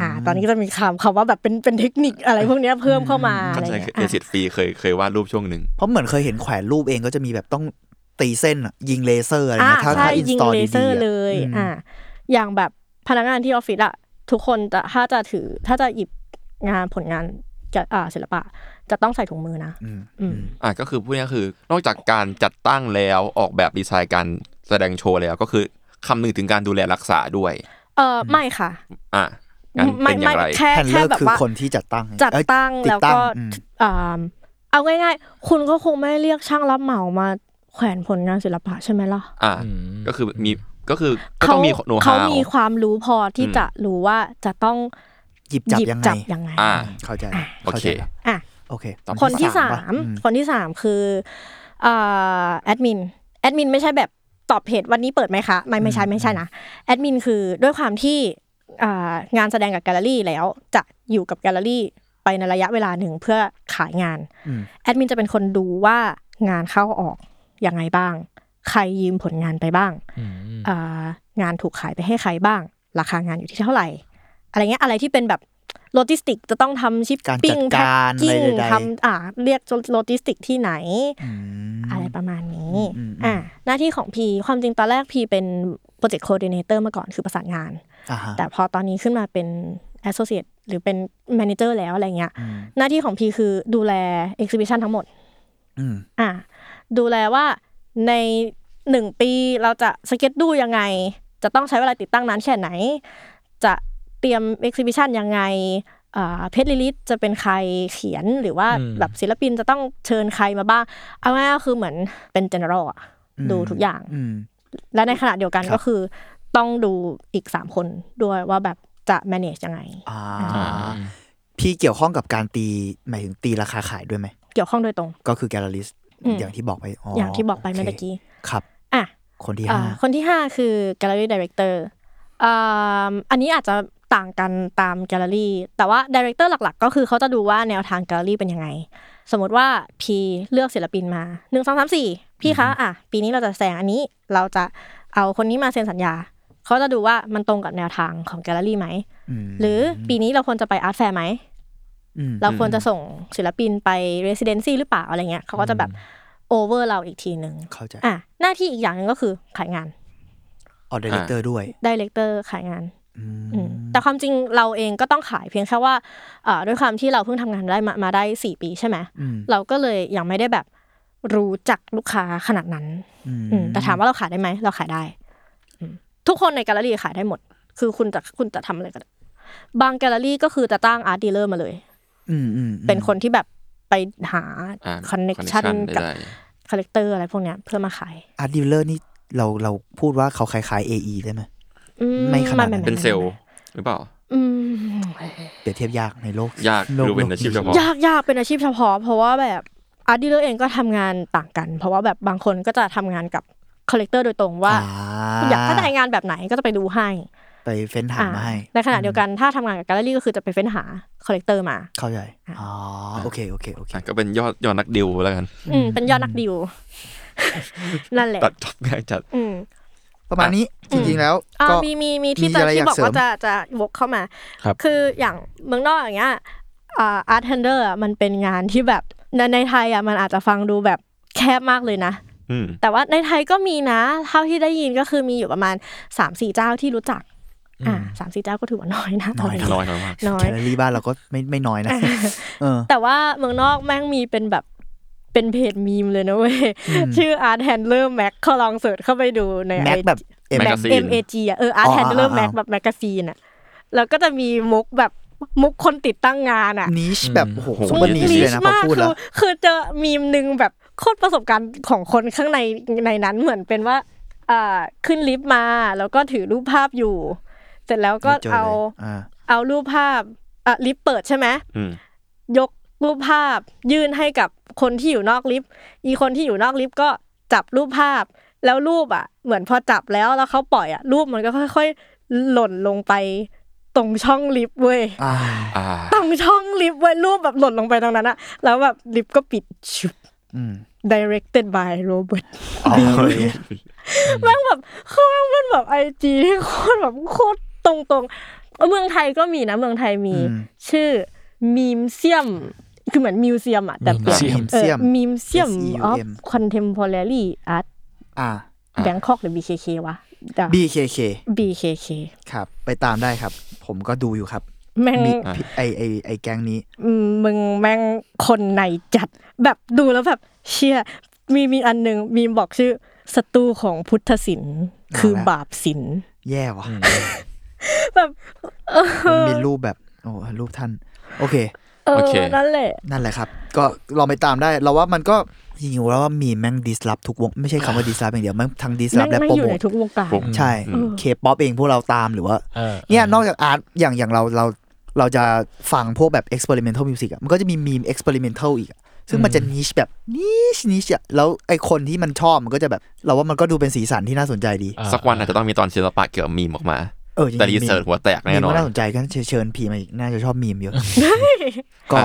E: อ่า ตอนนี้ก็จะมีคำคำว่าแบบเป็นเป็นเทคนิคอะไรพวกเนี้ยเพิ่มเข้ามา
C: เข้า
E: อะไร
C: ใจ
E: เงี้ย
C: เอซิดฟรีเคยเคยวาดรูปช่วงหนึ่ง
D: เพราะเหมือนเคยเห็นแขวนรูปเองก็จะมีแบบต้องตีเส้นอะยิงเลเซอร์อะไร
E: อ่า
D: เงี้ยถ้า
E: ใช่
D: ถ้าอิน
E: ยิ
D: ส
E: ง
D: ตอล
E: เล
D: ดี
E: เซอร์
D: ๆ
E: เล
D: อะ
E: ย
D: อืม
E: อ่า อย่างแบบพนักงานที่ออฟฟิศอะทุกคนจะถ้าจะถือถ้าจะหยิบงานผลงานจะอ่าศิลปะ จะต้องใส่ถุงมือนะ
D: อืม
E: อืม
C: อ่ะก็คือพูดง่ายๆคือนอกจากการจัดตั้งแล้วออกแบบดีไซน์การแสดงโชว์แล้วก็คือคำนึงถึงการดูแลรักษาด้วย
E: เออไม่ค่ะ
C: อ่ะงั้นเป็นอย่างไร
E: แค่
D: แฮนเล
E: แค่
D: อร์
E: แบบ
D: คือ
E: ว่า
D: คนที่จัดตั้ง
E: จัด
D: เอ้ย
E: ตั้ง
D: ติ
E: แล้ว
D: ดตั้
E: ก็
D: งอืม
E: อ่าเอาง่ายๆ คุณก็คงไม่เรียกช่างรับเหมามาแขวนผลงานศิลปะใช่ไหมล่ะ
C: อ่ะ
B: อืม
C: ก็คือมีก็คือก็ต้องมีโน้ตฮา
E: เขา
C: ว
E: มีความรู้พอที่
C: อืม
E: จะรู้ว่าจะต้อง
D: หยิบจับ
E: หยิบ
D: ยังไง
E: จับยังไง
C: อ่ะ
D: เข้าใจ
C: โอเค
D: ข้าใจแล้ว
E: อ่ะ
D: โอเค
C: ต่อไป
E: คนที่สา
D: ปะ
E: ม
D: อืม
E: คนที่สามคือเอ่อแอดมินแอดมินไม่ใช่แบบตอบเพจวันนี้เปิดไหมคะไม่ไม่ใช่ไม่ใช่นะแอดมินคือด้วยความที่เอ่องานแสดงกับแกลเลอรี่แล้วจะอยู่กับแกลเลอรี่ไปในระยะเวลาหนึ่งเพื่อขายงาน
D: อืม
E: แอดมินจะเป็นคนดูว่างานเข้าออกยังไงบ้าง ใครยืมผลงานไปบ้าง
B: อืม
E: เอ่องานถูกขายไปให้ใครบ้าง ราคางานอยู่ที่เท่าไหร่ อะไรเงี้ยอะไรที่เป็นแบบโลจิสติกจะต้องทำชิป
D: การจัด
E: ปิ้งแพ็ค
D: การ
E: กิ้ง
D: อะไรใดๆ
E: ทำอ่าเรียกโลจิสติกที่ไหน
D: อืม
E: อะไรประมาณนี้
D: อืมอืม
E: อ่าหน้าที่ของพีความจริงตอนแรกพีเป็น โปรเจกต์โคดิเนเตอร์มาก่อนคือประสานงาน
D: อ่าฮะ
E: แต่พอตอนนี้ขึ้นมาเป็นแอสโซเชตหรือเป็นแมเนเจอร์แล้วอะไรเงี้ย
D: อืม
E: หน้าที่ของพีคือดูแลเอ็กซิบิชันทั้งหมด
D: อืม
E: อ่ะดูแลว่าในหนึ่งปีเราจะสเก็ตดูยังไง จะต้องใช้เวลาติดตั้งนานแค่ไหน จะเตรียมเอ็กซิบิชันยังไงเพชรลิลิตจะเป็นใครเขียนหรือว่า
B: อืม
E: แบบศิลปินจะต้องเชิญใครมาบ้าง เอาง่ายๆก็คือเหมือนเป็น general อะดูทุกอย่าง
D: อืม
E: และในขณะเดียวกัน
D: ครับ
E: ก็คือต้องดูอีก 3 คนด้วยว่าแบบจะ manage ยังไง
D: อ่า
E: อ่
D: พี่เกี่ยวข้องกับการตีหมายถึงตีราคาขายด้วยไหม
E: เกี่ยวข้องโดยตรง
D: ก็คือแกลเลอริส
E: อืม
D: อย่างที่บอกไป
E: อย่างที่บอกไปเมื่อ
D: โค
E: ตะกี้
D: ครับ
E: อ่ะ
D: คนที่
E: อ่า
D: ห้า
E: คนที่ 5 คือ Gallery Director อ่ามอันนี้อาจจะต่างกันตามแกลเลอรี่ แต่ว่าดี r e c เตอร์หลักๆ ก็คือเขาจะดูว่าแนวทางแกลเลอรี่เป็นยังไง สมมติว่าพีเลือกศิลปินมา 1 2 3 4 พี่คะอ่ะปีนี้เราจะแสดงอันนี้เราจะเอาคนนี้มาเซ็นสัญญา เขาจะดูว่ามันตรงกับแนวทางของแกลเลอรี่ไหม
D: ม
E: หรือปีนี้เราควรจะไปอาร์ตแฟร์ไหม
D: ม
E: เราควรจะส่งศิลปินไปเรส i เดนซีหรือเปล่าอะไรเงี้ยเขาก็จะแบบโอเวอร์เราอีกทีหนึ่ง
D: เข้าใจ
E: อ่ะหน้าที่อีกอย่างหนึ่งก็คือขายงาน
D: ออเดเลเตอร์ด้วย
E: ดีเลกเตอร์ขายงาน
D: อืม
E: อืมแต่ความจริงเราเองก็ต้องขายเพียงแค่ว่าเอ่อด้วยความที่เราเพิ่งทำงานได้มามาได้สี่ปีใช่ไหม
D: อืม
E: เราก็เลยยังไม่ได้แบบรู้จักลูกค้าขนาดนั้น
D: อืม
E: อืมแต่ถามว่าเราขายได้ไหมเราขายได้อืมทุกคนในแกลเลอรี่ขายได้หมด คือคุณจะคุณจะทำอะไรก็ได้บางแกลเลอรี่ก็คือจะตั้งอาร์ตดีลเลอร์มาเลย
D: อืมอืมอืม
E: เป็นคนที่แบบไปหา
C: อ่า
E: คอนเน็ชัน
C: connection
E: กับ
C: ได้
E: คาแรคเตอร์อะไรพวกเนี้ยเพื่อมาขาย
D: อาร์ตดีลเลอร์นี่เราเราพูดว่าเขาคล้ายๆ AE ได้ไหม
E: อื
D: ไม่ขนาดนั้น
C: เป็นเซลล์หรือเปล่า
E: อืม
D: เปรียบเทียบยากในโลก
C: ยาก
D: โล
C: ดูเป็นอาชีพเฉพาะ
E: ยากยากเป็นอาชีพเฉพาะ เพราะว่าแบบอาร์ตดีลเลอร์เองก็ทำงานต่างกัน เพราะว่าแบบบางคนก็จะทำงานกับคอลเลกเตอร์โดยตรงว่า
D: อ่า
E: อยากถ้าได้งานแบบไหนก็จะไปดูให้
D: ไปเฟ้นหามาให้
E: อ่าในขณะเดียวกันถ้าทำงานกับแกลเลอรี่ก็คือจะไปเฟ้นหาคอลเลกเตอร์มา
D: เข้าใจอ๋อโอเคโอเคโอเค
C: อ่ะก็เป็นยอดยอดนักดิวแล้วกัน
E: อืมเป็นยอดนักดิว [LAUGHS] นั่นแหละ
C: ตัดจบง่ายจัด
E: อืม
D: ประมาณนี้จ
E: อืม
D: ริงๆแล้ว
E: อ่า
D: ก็
E: มีมีมีที่จะ
D: มีอะไรอยาก
E: ที่บอก
D: เสริม
E: ว่าจะจะวกเข้ามา
B: ครับ
E: คืออย่างเมืองนอกอย่างเงี้ยอ่าอาร์ตเทนเดอร์มันเป็นงานที่แบบในในไทยอ่ะมันอาจจะฟังดูแบบแคบมากเลยนะ
C: อืม
E: แต่ว่าในไทยก็มีนะ เท่าที่ได้ยินก็คือมีอยู่ประมาณ3ามสี่เจ้าที่รู้จัก อ่าสามสี่เจ้าก็ถือว่าน้อยนะ
D: น้อย
E: ต
C: น้อยน้อยมาก
E: น้อ
D: แค
E: ย
D: ลอรี่บ้านเราก็ไม่ไม่น้อย
E: [LAUGHS]
D: นะ เออ
E: แต่ว่าเมืองนอกแม่งมีเป็นแบบเป็นเพจมีมเลยนะเว้ย ชื่อ Art Handler Mac เขาลองเสิร์ชเข้าไปดูใน
D: แม็ก
E: IG
D: แบบ
C: แม็กกาซีน
E: M A G อ่ะเออ Art
D: อ๋อ
E: Handler
D: อ๋อ
E: Mac แบบแมกกาซีนอ่ะแล้วก็จะมีมุกแบบมุกคนติดตั้งงานอ่ะ
D: นิชแบบโอ้โห
C: โอ้โห
D: ซุปเปอร์นิชเลยนะพอพูดแล้ว
E: คือคือเจอมีมหนึ่งแบบโคตรประสบการณ์ของคนข้างในในนั้นเหมือนเป็นว่าอ่าขึ้นลิฟต์มาแล้วก็ถือรูปภาพอยู่ เสร็จแล้วก็
D: ไม่จลย
E: เอา
D: อ่า
E: เอารูปภาพอ่ะลิฟต์เปิดใช่ไหม
C: อืม
E: ยกรูปภาพ ยื่นให้กับคนที่อยู่นอกลิฟต์อีคนที่อยู่นอกลิฟต์ก็จับรูปภาพ แล้วรูปอ่ะ เหมือนพอจับแล้วแล้วเขาปล่อยอ่ะรูปมันก็ค่อย ๆ หล่นลงไปตรงช่องลิฟต์เว้ย
D: อ่า
C: อ่า
E: ตั้งช่องลิฟต์ไว้รูปแบบหล่นลงไปตรงนั้นอะแล้วแบบลิฟต์ก็ปิดชุบ
D: อืม
E: directed by Robert
D: อ๋อโอเค
E: แม่งแบบคือแม่งเป็นแบบไอจีที่โคตรแบบโคตรตรงตรงๆเออเมืองไทยก็มีนะเมืองไทยมี ชื่อมีมเซียม คือเหมือนมิวเซียมอะแต่เปลี่ยน
B: Museum
D: เซียม
E: มีมเซียม
D: S E U M
E: ออฟคอนเทมพอร์รี่อาร์ต
D: อ่า
C: อ่ะ
E: แบงคอกหรือ BKK วะเดี๋ยว
D: BKK
E: BKK
D: ครับ ไปตามได้ครับ ผมก็ดูอยู่ครับ
E: แม่ง
D: มีไอไอไอแก๊งนี้
E: อืมมึงแม่งคนในจัดแบบดูแล้วแบบเชี่ยมีมีอันหนึ่งมีมบอกชื่อศัตรูของพุทธศิลป์คือ
D: เอาละ
E: บาปศิลป์
D: แย่ว่ะ
E: แบบเออ
D: มันมีรูปแบบ โอ้รูปท่าน โอเค
E: เออ
C: โอเค
E: นั่นแหละ
D: นั่นแหละครับ ก็ลองไปตามได้ เราว่ามันก็จริงๆแล้วว่ามีแม่งดิสลอฟทุกวง ไม่ใช่คำว่าดิสลอฟอย่างเดียวแม่งทั้งดิสลอฟ
E: แม่ง
D: และ
E: แม่ง
D: โปร
E: อยู่
D: โม
E: ใน
D: ท
E: ทุกวงการ
D: ใช่
E: อืม
D: เคป๊อปเองพวกเราตามหรือว่า
B: ออ
D: เนี่ยนอกจากอาร์ตอย่างอย่างเราเราเราจะฟังพวกแบบ experimental music อะมันก็จะมีมีม experimental อีกอะซึ่งมันจะนิชแบบนิชนิชอะแล้วไอคนที่มันชอบมันก็จะแบบ เราว่ามันก็ดูเป็นสีสันที่น่าสนใจดี
B: เออ
C: สักวันอาจจะต้องมีตอนศิลปะเกี่ยวกับมีมออกมา
D: เออจริงๆ
C: แต่รีเสิร์ช
D: มีม
C: หัวแตก
D: มี
C: แน่น
D: มั
C: อน น
D: น่าสนใจก็เชิญเชิญพีมาอีกน่าจะชอบมีมเยอะ ก็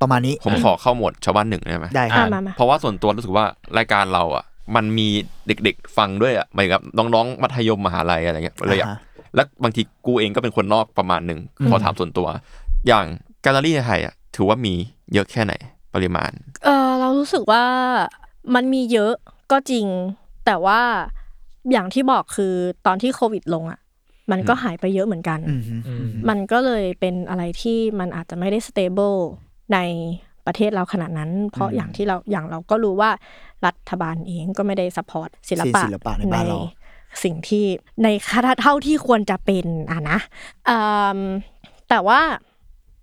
D: ประมาณนี้
C: ผมขอเข้าหมวดชาวบ้านหนึ่งได้ไหม
D: ได้ค
E: อ่ะ
D: รับ
E: มามา
C: เพราะว่าส่วนตัวรู้สึกว่ารายการเราอ่ะ มันมีเด็กๆฟังด้วยอ่ะหมายถึงกับน้องๆมัธยมมหาลัยอะไรเงี้ยเลยอยาก
D: อ่าฮะ
C: และบางทีกูเองก็เป็นคนนอกประมาณหนึ่งขอถามส่วนตัว อย่างแกลเลอรี่ในไทยอ่ะถือว่ามีเยอะแค่ไหนปริมาณ
E: เออเรารู้สึกว่ามันมีเยอะก็จริง แต่ว่า อย่างที่บอกคือตอนที่โควิดลงอ่ะ มันก็หายไปเยอะเหมือนกัน
D: อืมฮึ
B: อืม
E: มันก็เลยเป็นอะไรที่มันอาจจะไม่ได้สเตเบิลในประเทศเราขนาดนั้น เพราะอย่างที่เราอย่างเราก็รู้ว่ารัฐบาลเองก็ไม่ได้สปอร์ตศิลปะ
D: ศิลปะในบ้านเรา
E: สิ่งที่ในค่าเท่าที่ควรจะเป็นอ่ะนะอืมแต่ว่า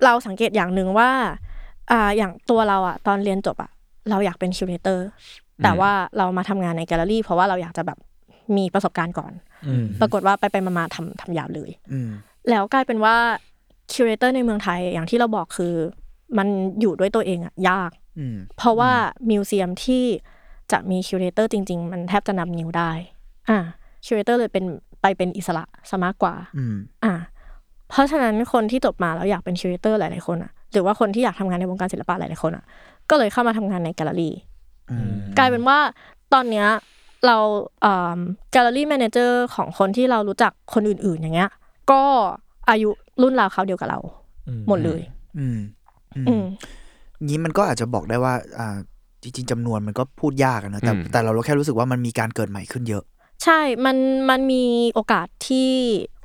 E: เราสังเกตอย่างหนึ่งว่าอ่าอย่างตัวเราอะตอนเรียนจบอะเราอยากเป็นคิวเรเตอร์แต่ว่าเรามาทำงานในแกลเลอรี่ เพราะว่าเราอยากจะแบบมีประสบการณ์ก่อน
B: อืม
E: ปรากฏว่าไปไปๆมาๆทำทำยาวเลย
D: อืม
E: แล้วกลายเป็นว่าคิวเรเตอร์ในเมืองไทยอย่างที่เราบอกคือ มันอยู่ด้วยตัวเองอะยาก
D: อืม
E: เพราะว่ามิวเซียมที่จะมีคิวเรเตอร์จริง ๆ มันแทบจะนับนิ้วได้ อ่าคิวเรเตอร์เลยเป็นไปเป็นอิสระซะมากกว่า
D: อืม
E: อ่า เพราะฉะนั้นคนที่จบมาแล้วอยากเป็นคิวเรเตอร์หลายๆคนอะหรือว่าคนที่อยากทำงานในวงการศิลปะหลายๆคนอะก็เลยเข้ามาทำงานในแกลเลอรี่
D: อืม
E: กลายเป็นว่าตอนเนี้ยเราแกลเลอรี่แมเนเจอร์ของคนที่เรารู้จักคนอื่นๆอย่างเงี้ย ก็อายุรุ่นราวเขาวเดียวกับเรา
B: อืม
E: หมดเลย
D: อืม อืม
E: อืม
D: นี้มันก็อาจจะบอกได้ว่า อ่า จริง ๆจำนวนมันก็พูดยากอะนะ แต่
C: อืม
D: แต่เราแค่รู้สึกว่ามันมีการเกิดใหม่ขึ้นเยอะ
E: ใช่มันมันมีโอกาสที่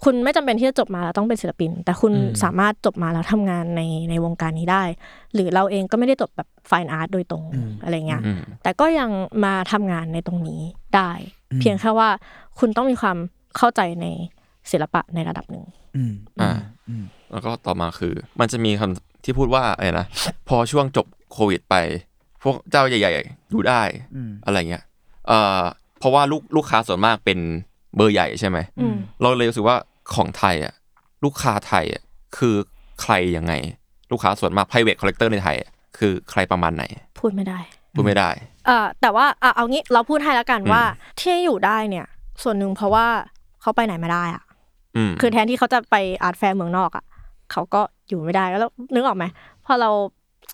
E: คุณไม่จำเป็นที่จะจบมาแล้วต้องเป็นศิลปิน แต่คุณ
B: อืม
E: สามารถจบมาแล้วทำงานในในวงการนี้ได้ หรือเราเองก็ไม่ได้จบแบบฟ i n อาร์ตโดยตรง
D: อืม
E: อะไรเงี้ย
C: อืม
E: แต่ก็ยังมาทำงานในตรงนี้ได้
D: อืม
E: เพียงแค่ว่าคุณต้องมีความเข้าใจในศิลปะในระดับหนึ่ง
D: อืม
C: อ่า
D: อืม
C: แล้วก็ต่อมาคือ มันจะมีคำที่พูดว่าอะไรนะ [COUGHS] พอช่วงจบโควิดไป พวกเจ้าใหญ่ๆอยู่ได้
D: อืม
C: อะไรเงี้ยเอ่อเพราะว่าลูกลูกค้าส่วนมากเป็นเบอร์ใหญ่ใช่ไหม
E: อืม
C: เราเลยรู้สึกว่าของไทยอ่ะลูกค้าไทยอ่ะคือใครยังไง ลูกค้าส่วนมาก private collector ในไทยอะคือใครประมาณไหน
E: พูดไม่ได้
C: พูดไม่ได้
E: เอ่อแต่ว่าอ่ะเอางี้เราพูดให้แล้วกัน
C: อืม
E: ว่าที่อยู่ได้เนี่ย ส่วนหนึ่งเพราะว่าเขาไปไหนไม่ได้อะ
C: อืม
E: คือแทนที่เขาจะไปอาร์ตแฟร์เมืองนอกอะเขาก็อยู่ไม่ได้แล้วนึกออกไหมพอเรา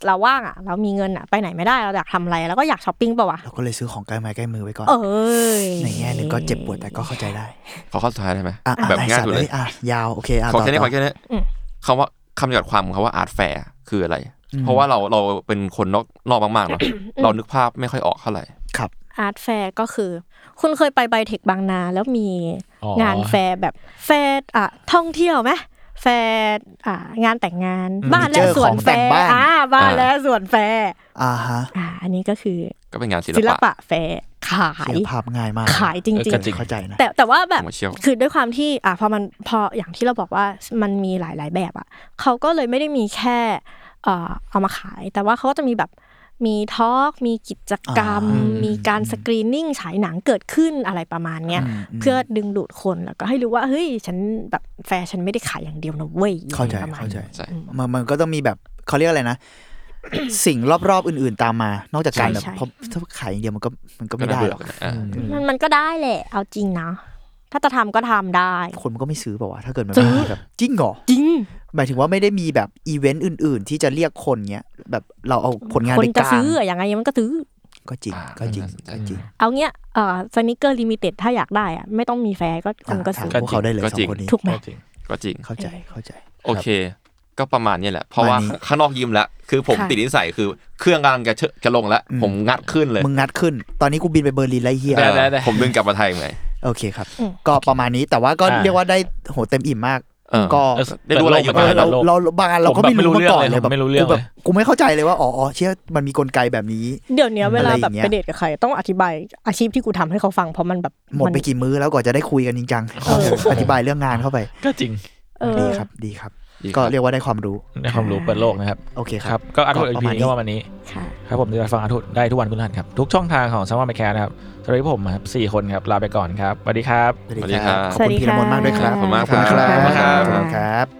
E: เราว่างอะเรามีเงินอะไปไหนไม่ได้เราอยากทำอะไรแล้วก็อยากช้อปปิ้งปะวะ
D: เราก็เลยซื้อของใกล้ไม้ใกล้มือไว้ก่อน
E: เอ้ย
D: ในแง่หนึ่งก็เจ็บปวดแต่ก็เข้าใจได้
C: ขอข้อสุดท้ายได้ไหม
D: อ่ะอ่ะ
C: แบบ
D: ไอ้
C: ง่าย
D: สัต
C: สุด
D: ว์
C: เล
D: เลย ยอ่ะยาวโอเคอ่ะ
C: ขอแค่นี้
D: ต่
C: ข
D: ต่
C: อแค่นี้
E: อืม
C: คำว่าคำจำกัดความของคำว่าอาร์ตแฟร์คืออะไร เพราะว่าเราเราเป็นคนนอกนอกมากๆเนอะเรานึกภาพไม่ค่อยออกเท่าไหร่
D: ครับ
E: อาร์ตแฟร์ก็คือ คุณเคยไปไบเทคบางนาแล้วมี
B: อ๋อ
E: งานแฟร์แบบแฟร์อ่ะท่องเที่ยวไหมแฟร์อ่ะงานแต่งงานบ้านและสวนแฟร์
D: ของแต่งบ้าน
E: อ่าบ้าน
C: อ่า
E: และสวนแฟร์
D: อ่าฮะ
E: อ่าอันนี้ก็คือ
C: ก็เป็นงานศิ
E: ศิล
C: ลปะ
E: ปะแฟร์ขาย
D: เสียภาพง่ายมาก
E: ขายจริง
B: เออจริง
D: ๆเข้าใจนะ
E: ๆ แต่แต่ว่าแบบ
C: โมเชียล
E: คือด้วยความที่อ่ะพอมันพออย่างที่เราบอกว่ามันมีหลาย ๆ แบบอ่ะเขาก็เลยไม่ได้มีแค่เอ่อเอามาขาย แต่ว่าเขาก็จะมีแบบมีทอล์กมีกิจกรรม
D: อ่ามี
E: มีการสกรีนนิ่งฉายหนังเกิดขึ้นอะไรประมาณเนี้ย
D: อืมอืม
E: เพื่อดึงดูดคนแล้วก็ให้รู้ว่าเฮ้ยฉันแบบแฟร์ฉันไม่ได้ขายอย่างเดียวนะเว้ย
D: เข้าใจ
E: ประมณ
D: เข้าใจ
C: ใช่
D: มันมันก็ต้องมีแบบเขาเรียกอะไรนะ สิ่งรอบๆอื่นๆตามมา นอกจากการแบบเพราะถ้าขายอย่างเดียวมันก็มันก็ไม่ได้หรอก
C: อ่า
E: มันมันก็ได้แหละเอาจริงนะถ้าจะทำก็ทำได้
D: คนมันก็ไม่ซื้อเปล่าวะถ้าเกิดมันไม่มีแบบจริงเหรอ
E: จริง
D: หมายถึงว่าไม่ได้มีแบบอีเวนต์อื่น ๆ ที่จะเรียกคนเงี้ยแบบเราเอาผลงาน
E: คน
D: ไป
E: จะ
D: กลาง
E: ซื้ออะยังไงมันก็ซื้อ
D: ก็จริงก็จริงก็จริง
E: เอาเงี้ยเอ่อสนิเกอร์ลิมิเต็ดถ้าอยากได้อะไม่ต้องมีแฟร์ก็คนก็ซื้อ
D: ถามพวกเขาได้เลยสองคนนี้
E: ถูกไหม
B: จริง
C: ก็จริง
D: เข้าใจเข้าใจ
C: โอเค ก็ประมาณนี้แหละ เพราะว่า
D: ประมาณนี้
C: ข้างนอกยิ้มแล้ว คือผม
E: ค่ะ
C: ติดนิสัยคือเครื่องกำลังจะเชอะจะลงแล้ว ผมงัดขึ้นเลย
D: มึงงัดขึ้น ตอนนี้กูบินไปเบอร์ลินแล้วไอ้เฮีย
C: เออ
B: ได้ได้
C: ผมดึงกลับมาไทยไง
D: โอเคครับ
E: อืม
D: ก็ประมาณนี้แต่ว่าก็
B: อ่า
D: เรียกว่าได้โหเต็มอิ่มมาก
C: เออ
D: ก็
C: ได้รู้อะไรอยู่
B: แบ
C: บ้าง
B: บ
D: เรา
B: โลก
D: เราบางอันเราก็ไม่รู้
B: ผมแบบไม่รู้
D: มาก่อนเลย
B: เรื่องเลยผมไม่รู้เรื่อง
D: กูแบบ
B: เลย
D: กูไม่เข้าใจเลยว่าอ๋ออ๋อเชื่อมันมีกลไกแบบนี้
E: เดี๋ยวเนี้ยเวลาแบ
D: อะไรอ
E: บ
D: ย่างเงี้ย
E: ไปเดทกับใครต้องอธิบายอาชีพที่กูทำให้เขาฟังเพราะมันแบบ
D: หมด
E: น
D: ไปกี่มื้อแล้วกว่อนจะได้คุยกันจริงจัง
E: เออ
D: อธิบายเรื่องงานเข้าไป
B: ก็จริง
E: เออ
D: ดีครับดีครับ
C: ดีครับ
D: ก็เรียกว่าได้ความรู้
B: ในความรู้เปิดโลกนะครับ
D: โอเคค
B: ครั
D: รับ บ
B: ก็อัดทุกอี
D: ประ
B: พี
D: มาณนี้
B: นี้ก็วันนี้
E: ค่ะ
B: ครับผมจะฟังอัดทุกได้ทุกวันคุณหันครับ ทุกช่องทางของซัมมอนแมคแคร์นะครับสำหรับผมครับสี่คนครับ ลาไปก่อนครับสวัสดีครับ
C: สวัสดีครับ
D: ขอบคุณพีรมนต์มากด้วยครับ
E: สวัสดีค่ะ
D: ขอบคุณครับ
E: ขอบคุณครับ
D: ขอบคุณครับ